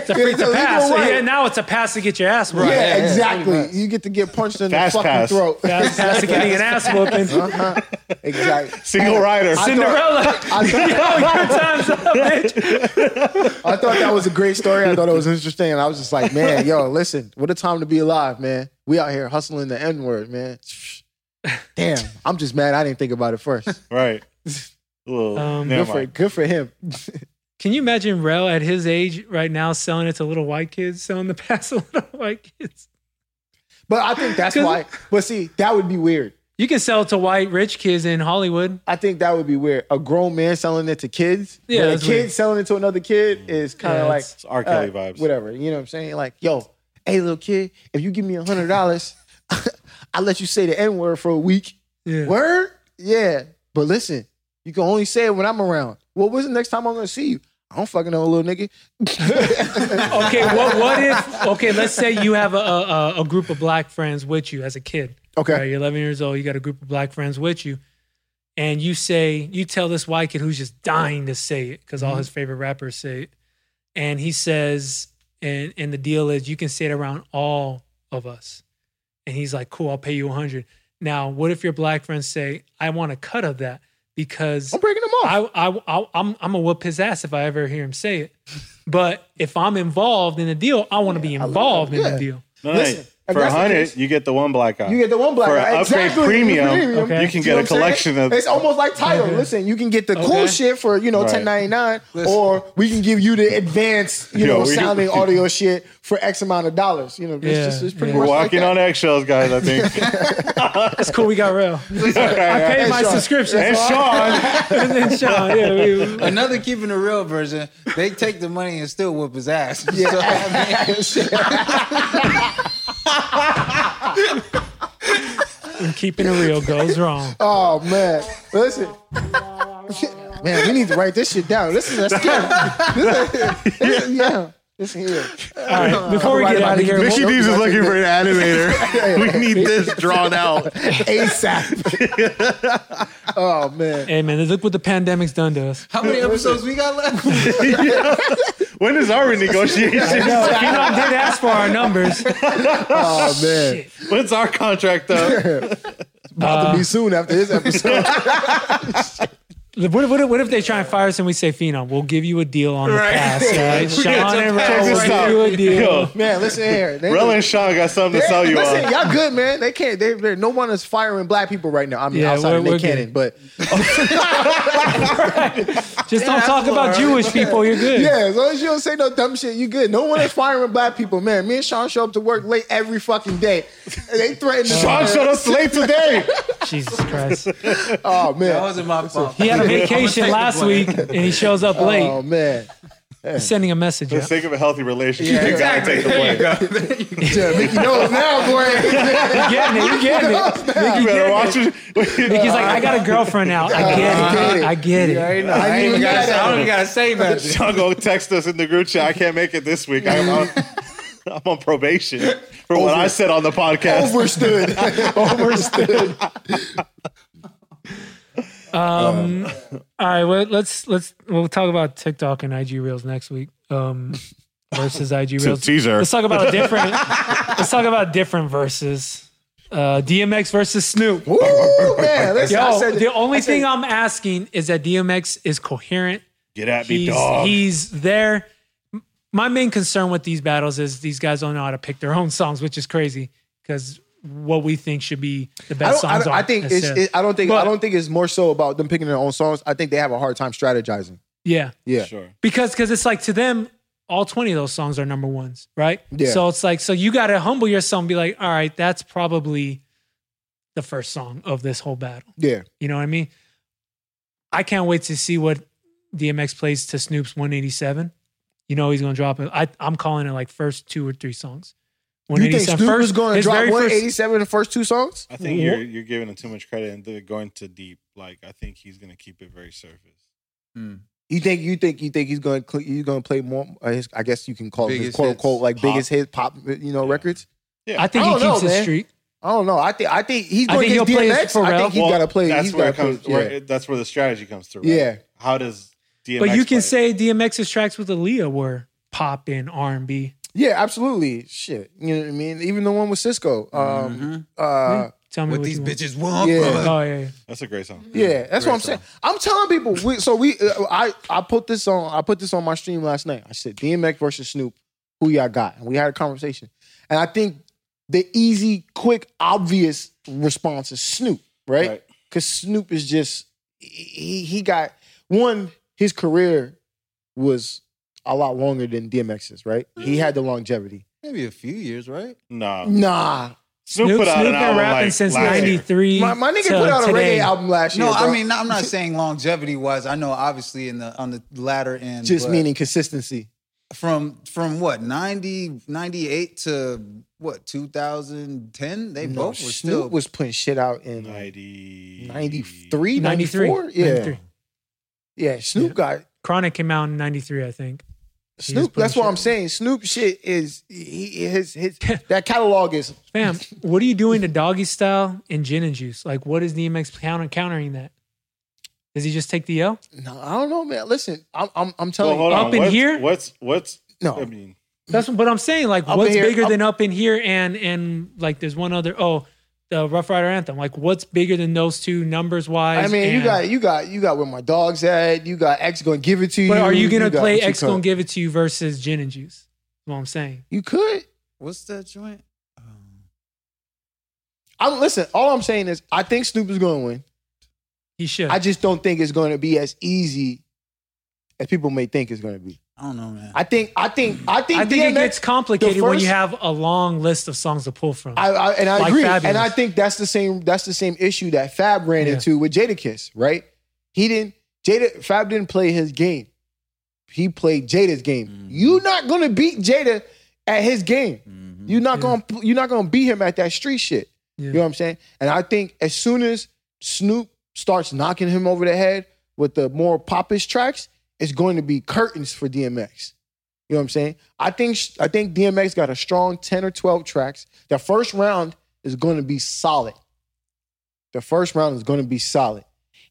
It's a free It's *laughs* a to legal pass. right. Yeah, now it's a pass to get your ass right. Yeah, yeah, exactly. You get to get punched in Fast the fucking pass. throat. Pass, pass to getting an ass whooping. *laughs* Uh-huh. Exactly. Single rider. I thought- Cinderella. *laughs* I Yo, thought, your time's up, bitch. I thought that was a great story. I thought it was interesting. And I was just like, man, yo, listen, what a time to be alive, man. We out here hustling the N word, man. Damn, I'm just mad I didn't think about it *laughs* first. *laughs* right. Little- Um, never Good for, mind. good for him. *laughs* Can you imagine Rel at his age right now selling it to little white kids, selling the pass *laughs* to little white kids? But I think that's why. But see, that would be weird. You can sell it to white rich kids in Hollywood. I think that would be weird. A grown man selling it to kids, Yeah, but a that's kid weird. selling it to another kid is kind Yeah, of like it's- It's R. Kelly uh, vibes. Whatever. You know what I'm saying? Like, yo, hey, little kid, if you give me a hundred dollars, *laughs* I'll let you say the N word for a week. Yeah. Word? Yeah. But listen, you can only say it when I'm around. Well, when's the next time I'm gonna see you? I don't fucking know, little nigga. *laughs* Okay, what what if okay, let's say you have a, a a- a group of black friends with you as a kid. *laughs* Okay. Right, you're 11 years old, you got a group of black friends with you. And you say, you tell this white kid who's just dying to say it because all his favorite rappers say it. And he says, and, and the deal is you can say it around all of us. And he's like, cool, I'll pay you 100. Now, what if your black friends say, I want a cut of that because I'm breaking them off. I, I, I, I'm, I'm gonna whoop his ass if I ever hear him say it. But if I'm involved in the deal, I want to be involved in yeah. the deal. No, Listen, if no, for that's the 100 case- you get the one black guy. You get the one black For guy. an upgrade Exactly. premium, Okay. you You know can get a what I'm collection saying? of. It's almost like title. Listen, you can get the cool Okay. shit for you know Right. 10.99, or we can give you the advanced, you Yo, know, we- *laughs* sounding audio shit for X amount of dollars. You know, it's Yeah, just it's pretty yeah. We're much walking like on eggshells, guys. *laughs* I think. That's cool. We got real. *laughs* I paid my Sean. subscription. and Sean, and then Sean, yeah, *laughs* we- Another keeping the real version. They take the money and still whoop his ass. *laughs* So, I mean, and keeping it real goes wrong. Oh man, listen. *laughs* Man, we need to write this shit down. This is a scam. This is- this is- *laughs* yeah, this is here. All right, before we Right get out about of here, it. Mickey what- D's is looking *laughs* for an animator. we need this drawn out. ASAP. *laughs* oh man. hey man, look what the pandemic's done to us. how many episodes we got left? When is our *laughs* renegotiation? No, Phenom did ask for our numbers. Oh man. When's our contract up? About to be soon after this episode. *laughs* What, what, what if they try and fire us and we say Phenom? We'll give you a deal on the Right. pass. All right, We got Sean your and pass. Rel will Check this give you out. a deal. Yo, Man, listen here. They- Rel and Sean got something They- to sell you uh, listen, on. y'all good, man. They can't. They, they, no one is firing black people right now. I mean, Yeah, outside we're- of Nick we're good. Cannon, but Just don't that's talk all about right. Jewish people. You're good. yeah, as long as you don't say no dumb shit, you good. No one is firing black people, man. Me and Sean show up to work late every fucking day. And They threaten. to- Sean showed us late today. Jesus Christ. Oh *laughs* That man. wasn't my fault. He had a I'ma take vacation the last blame. week and he shows up late. Oh man. He's sending a message. For the out. sake of a healthy relationship, you gotta take the There blame. you go. There you go. Yeah, Mickey knows now, boy. *laughs* You're getting it. You're getting it. You better Yeah. watch *laughs* it. He's like, I got a girlfriend now. I get it. I get You already it. know. I, I ain't knew even you gotta, had I that. don't even *laughs* gotta say nothing. Y'all go text us in the group chat. I can't make it this week. *laughs* I'm, I'm, I'm on probation for what I said on the podcast. Overstood. *laughs* Overstood. Um, all right. Well, let's let's we'll talk about TikTok and IG Reels next week. Um, versus *laughs* IG It's a Reels. teaser. Let's talk about a different. let's talk about different verses. Uh, DMX versus Snoop. Ooh, man. Listen, I Yo, said, the only thing I'm asking is that DMX is coherent. Get at me, He's, dog. he's there. M- My main concern with these battles is these guys don't know how to pick their own songs, which is crazy because what we think should be the I best don't, I, songs don't, are. I think That's it's, it. it, I don't think But- I don't think it's more so about them picking their own songs. I think they have a hard time strategizing. yeah. Yeah. sure. because because it's like to them all 20 of those songs are number ones right Yeah. so it's like so you got to humble yourself and be like all right that's probably the first song of this whole battle Yeah. you know what i mean i can't wait to see what dmx plays to snoop's 187 you know he's gonna drop it I, i'm calling it like first two or three songs You think 187 Snoop was going to his drop very first- 187 in the first two songs? I think you're you're giving him too much credit and they're going too deep. Like I think he's gonna keep it very surface. You think you think you think he's going to he's going to play more? Uh, his, I guess you can call it his Biggest quote hits. unquote like Pop. biggest hit pop uh, you know Yeah. records. Yeah, i think I he don't keeps know, his man. streak I don't know. I think I think he's I going think to he'll play his DMX. I think he's Pharrell. got to play. That's he's where it gotta play- comes. Where, yeah. it- that's where the strategy comes through. Right? Yeah. How does DMX? but you play can it? say dmx's tracks with aaliyah were pop and r&b Yeah, absolutely. Shit. You know what I mean? Even the one with Cisco. Mm-hmm. Um uh tell me What what these you want. bitches want. Yeah. bruh. oh yeah, yeah. that's a great song. yeah, that's what I'm Great saying. I'm telling people we, so we uh, I I put this on I put this on my stream last night. I said DMX versus Snoop, who y'all got? And we had a conversation. And I think the easy, quick, obvious response is Snoop, right? Right. Cuz Snoop is just he he got one his career was a lot longer than DMX's, right? He had the longevity. Maybe a few years, right? No, Nah, Snoop, Snoop, put out Snoop an been album rapping like since last year. '93. My, my nigga put out a reggae album last year. No, I bro. mean I'm not saying longevity wise. I know obviously in the on the latter end. just but meaning consistency. from from what 90, 98 to what 2010. They No, both were Snoop still was putting shit out in like, Ninety 93, 93. 94? Yeah. 93. Yeah, Snoop got Chronic came out in '93, I think. Snoop. putting That's what shit I'm out. saying. Snoop shit is he, his his that catalog is Fam, what are you doing to Doggy Style and Gin and Juice? Like, what is DMX counter countering that? Does he just take the L? no, I don't know, man. Listen, I'm I'm, I'm Well, telling hold you. on. Up in what's, here? What's what's No. I mean, That's what I'm saying. Like, Up what's in here, bigger up- than up in here and and like there's one other. Oh, the Rough Rider anthem. Like, what's bigger than those two numbers wise? I mean, you and- got you got you got where my dog's at. You got X gonna give it to you. But are you gonna got play what you X gonna could. give it to you versus Gin and Juice? That's what I'm saying. You could. what's that joint? I'm listen. All I'm saying is, I think Snoop is gonna win. He should. I just don't think it's going to be as easy as people may think it's going to be. I don't know, man. I think, I think, I think, I think it DMX gets complicated when you first- have a long list of songs to pull from. I, I, and I like agree, Fabulous. and I think that's the same. That's the same issue that Fab ran Yeah. into with Jadakiss, right? He didn't. Jada Fab didn't play his game. He played Jada's game. You're not gonna beat Jada at his game. You're not Yeah. gonna. You're not gonna beat him at that street shit. Yeah. You know what I'm saying? And I think as soon as Snoop starts knocking him over the head with the more popish tracks, it's going to be curtains for DMX. You know what I'm saying? I think I think DMX got a strong 10 or 12 tracks. The first round is going to be solid. The first round is going to be solid.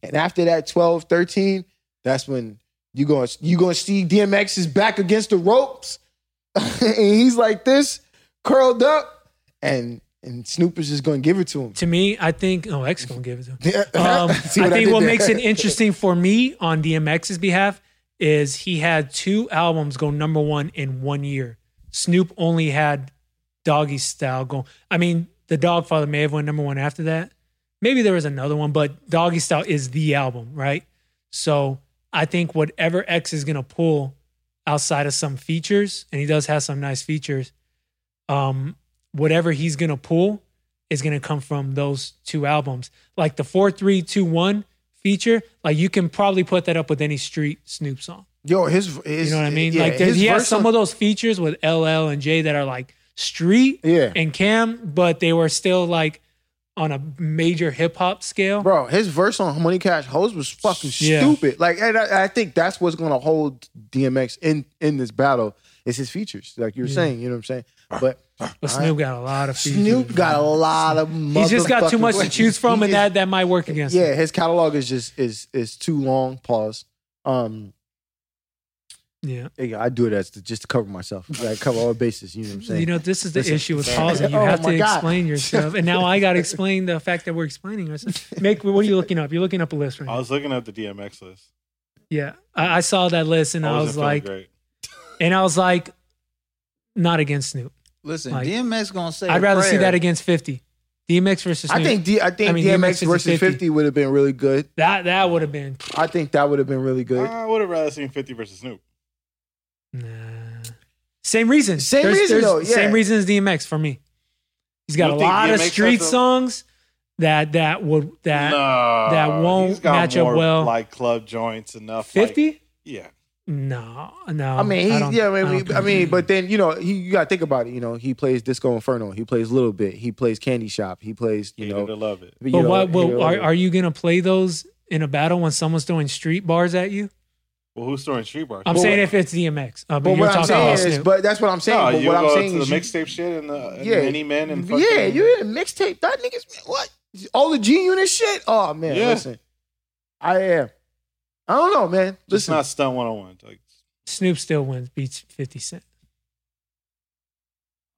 And after that 12, 13, that's when you going to you going to see DMX is back against the ropes *laughs* and he's like this curled up and and Snoop is just going to give it to him. to me, I think oh X gonna give it to him. Um, I *laughs* Uh, See what I think did what there? makes it interesting for me on DMX's behalf is he had two albums go number one in one year. Snoop only had Doggy Style go. I mean, The Dogfather may have went number one after that. Maybe there was another one, but Doggy Style is the album, right? So I think whatever X is gonna pull outside of some features, and he does have some nice features. Um, whatever he's gonna pull is gonna come from those two albums. Like the four, three, two, one feature, like you can probably put that up with any street Snoop song. Yo, his, his You know what I mean? Yeah, like there- his he has verse some on- of those features with LL and Jay that are like street Yeah. and Cam, but they were still like on a major hip hop scale. Bro, his verse on Money Cash Hoes was fucking Yeah. stupid. Like, and I, I think that's what's gonna hold DMX in in this battle is his features. Like you were saying, you know what I'm saying. But But Snoop got a lot of features. Snoop got a lot of. He's just got too much to choose from, and that that might work against. Yeah, him. his catalog is just is is too long. Pause. Um, yeah. yeah, I do it as to, just to cover myself, *laughs* like cover all bases. You know what I'm saying? You know, this is the Listen. issue with pausing. You Oh have to my God. explain yourself, and now I *laughs* got to explain the fact that we're explaining ourselves. Make what are you looking up? You're looking up a list right I now. was looking at the DMX list. Yeah, I, I saw that list, and I, wasn't was feeling like, great. and I was like, not against Snoop. Listen, Like, DMX gonna say. I'd a rather see prayer. that against Fifty. DMX versus Snoop. I think D, I think I mean, DMX DMX, is versus 50. 50, would have been really good. that that would have been. I think that would have been really good. Uh, Um, I would have rather seen 50 versus Snoop. Nah. Same reason. Same reason, though, yeah. Same reason as DMX for me. He's got You a think lot of DMX has street the- songs that that would that no, that won't he's got match up more, well. Like club joints enough. like- fifty. yeah, No, no. I mean, he, don't- yeah, I don't mean, we- think- I mean, but then you know, he, you gotta think about it. You know, he plays Disco Inferno, he plays Little Bit, he plays Candy Shop, he plays you you know. know, to love it. you But know, what? Well, you know, are, are you gonna play those in a battle when someone's throwing street bars at you? Well, who's throwing street bars? I'm Well, saying if it's DMX, uh, but But you're what I'm talking saying about is, Snoop. but that's what I'm saying. no, but you what I'm go saying to is, the mixtape shit and the and Yeah. mini men and fucking, yeah, you in a mixtape. That niggas what? All the G Unit shit. Oh man, Yeah. listen, I am. I don't know, man. It's Listen, not stunt 101. Like, Snoop still wins, beats Fifty Cent.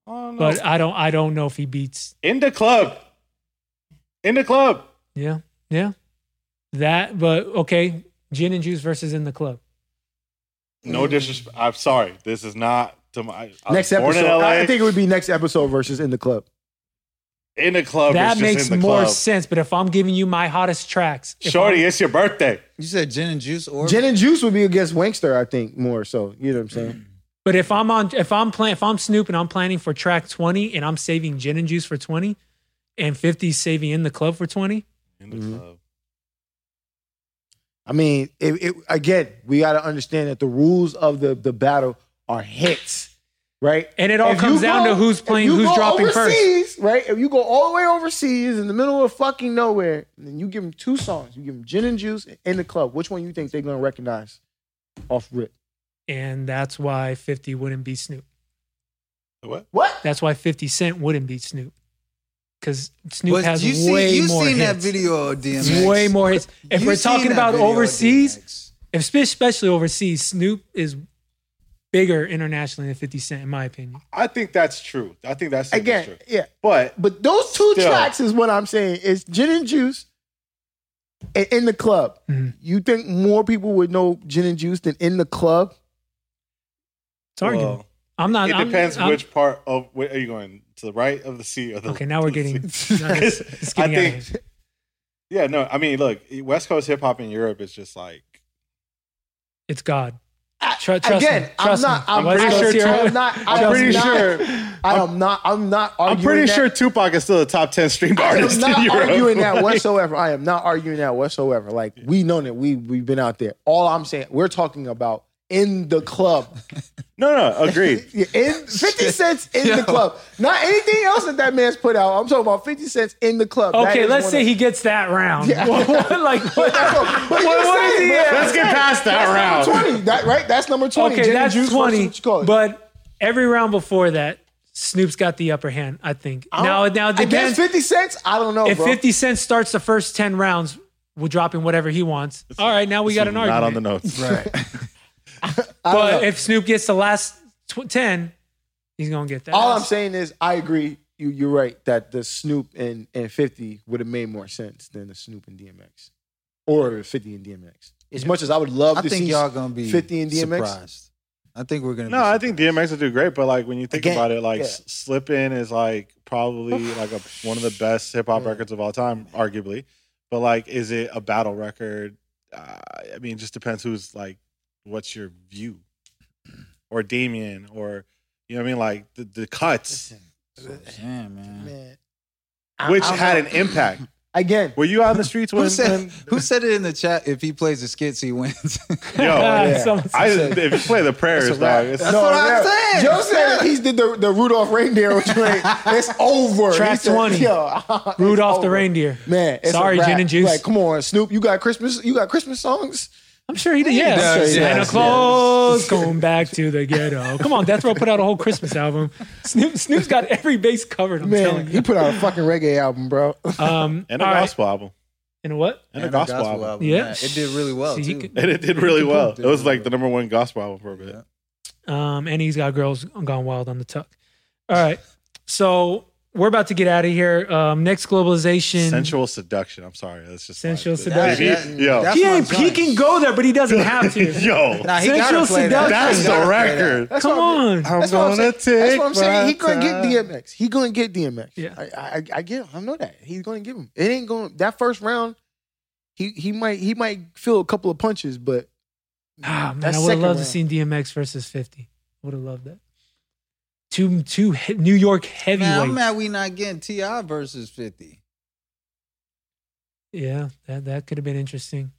I don't know. But uh, I don't, I don't know if he beats. in the club, in the club. Yeah, yeah. That, but okay. Gin and juice versus in the club. No disrespect. I'm sorry. This is not to my. I was Mm. next born episode. In, LA, I I think it would be next episode versus in the club. in the club. that is just makes in the more club. sense. But if I'm giving you my hottest tracks, if Shorty, it's your birthday. You said gin and juice or Gin and Juice would be against Wankster, I think, more so. You know what I'm saying? But if I'm on, if I'm playing, if I'm Snoop and I'm planning for track 20 and I'm saving gin and juice for 20 and 50 saving in the club for 20, In the Mm-hmm. club. I mean, it, it, again, we got to understand that the rules of the, the battle are hits, right? And it all If comes you down to who's if playing, you who's go dropping first. overseas, Right? If you go all the way overseas in the middle of fucking nowhere, and then you give them two songs, you give them Gin and Juice in the club. Which one you think they're gonna recognize off rip? and that's why 50 wouldn't beat Snoop. What? What? That's why 50 Cent wouldn't beat Snoop because Snoop But has you see, way you more seen that hits. video of DMX? Way more hits. If You we're seen talking that about video of overseas, DMX. if spe- especially overseas, Snoop is bigger internationally than 50 Cent, in my opinion. I think that's true. I think that's super Again, true. yeah. But But those two Still. tracks is what I'm saying. It's Gin and Juice and in the club. Mm-hmm. You think more people would know Gin and Juice than in the club? It's arguable. Well, I'm not. it I'm- depends I'm- which part of. Where are you going to the right of the *laughs* sea or *laughs* the? Okay, now we're getting. now it's- it's I getting out of think- hand. Yeah, no. I mean, look, West Coast hip hop in Europe is just like. It's God. I- Tru- trust again, me. I'm Trust not. me. I'm West pretty Coast sure. here. I'm not. I'm Trust pretty me. not- sure. I am not. I'm not I'm arguing. pretty that. sure Tupac is still a top ten stream I am *laughs* artist in not Europe. arguing that *laughs* Like, whatsoever. I am not arguing that whatsoever. Like we know that we we've been out there. All I'm saying, we're talking about in the club. No, *laughs* no, agreed. Yeah, *laughs* in fifty cents in Yo. the club. Not anything else that that man's put out. I'm talking about fifty cents in the club. That Okay, is let's one say of- he gets that round. *laughs* Yeah. like *laughs* what? That's what- what you what is saying, he bro? at? Let's get past that round. Twenty. That right? That's number twenty. Okay, Gin and that's juice versus twenty. what you call it. But every round before that, Snoop's got the upper hand. I think. I don't- now, now it against depends. fifty cents. I don't know, If bro. Fifty Cent starts the first ten rounds, we're dropping whatever he wants. All right, now we got an argument. Not on the notes. *laughs* I don't know. But if Snoop gets the last tw- ten, he's gonna get that. All I'm *laughs* ass. saying is, I agree. You, you're right that the Snoop and, and 50 would have made more sense than the Snoop and DMX, or 50 and DMX. As much as I would love I to see think y'all gonna be 50 and DMX. Surprised. I think we're gonna. No, be I think surprised. DMX will do great, but like when you think Again, about it, like yeah. S- Slip In is like probably like a, one of the best hip hop Yeah. records of all time, arguably. But like, is it a battle record? Uh, I mean, it just depends who's like, what's your view, or Damien, or you know what I mean, like the, the cuts, Damn, man. Man, I- which I don't had know. an impact. Again, Were you out in the streets when? Who said, when- who said it in the chat? If he plays the skits, he wins. *laughs* *laughs* yo, Someone I if you play the prayers, dog, it's That's what I'm saying. Joe said he did the, the Rudolph reindeer *laughs* train. It's over. He Track said, 20. *laughs* Yo, it's Rudolph the over. reindeer. Man, it's a sorry, wrap. gin and juice. Like, come on, Snoop, you got Christmas, you got Christmas songs. I'm sure he did. Yeah, does, Santa yes, Claus going back to the ghetto. Come on, Death Row put out a whole Christmas album. Snoop Snoop's got every base covered. I'm Man, telling you. he put out a fucking reggae album, bro. Um, and a all right. gospel album, And what? and, a gospel, album, Yeah. Yeah, it did really well See, he too. could- and it did really well. It Did was really like the number one gospel album for a bit. Yeah. Um, and he's got girls gone wild on the tuck. All right, so we're about to get out of here. Um, next globalization. Sensual seduction. I'm sorry, that's just Sensual like- seduction. Baby, That- yo, that- He That's my ain't. He son. can go there, but he doesn't have to. *laughs* yo, Nah, he Sensual gotta play that. that's He the gotta play that. *laughs* record. That's Come what I'm- on. I'm That's what I'm gonna saying. take. That's what I'm saying. He my gonna get time. DMX. He gonna get DMX. Yeah. I, I, I get. Him. I know that. He's gonna give him. It ain't going. to That first round, he he might he might feel a couple of punches, but Ah, man, that I would have second loved to round- seen DMX versus Fifty. Would have loved that. Two two he- New York Man, I'm heavyweights. mad we not getting Ti versus Fifty. yeah, that that could have been interesting.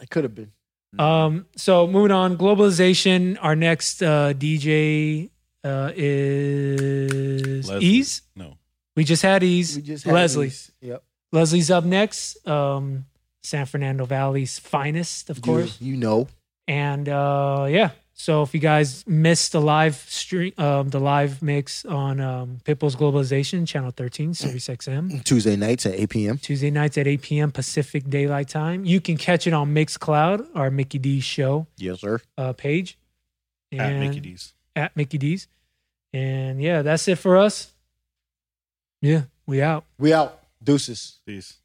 It could have been. Mm. Um, so moving on, globalization. Our next uh, DJ uh, is Leslie. Ease. No, We just had Ease. We just had Leslie. these. Yep. Leslie's up next. Um, San Fernando Valley's finest, of course. You, you know. And uh, yeah, so if you guys missed the live stream, um, the live mix on um, Pitbull's Globalization, Channel 13, Sirius *clears throat* XM, Tuesday nights at 8 p.m. Tuesday nights at 8 p.m. Pacific Daylight Time. You can catch it on Mixcloud, our Mickey D's show Yes, sir. uh, page. at Mickey And- D's. At Mickey D's. And yeah, that's it for us. Yeah, we out. We out. Deuces. Peace.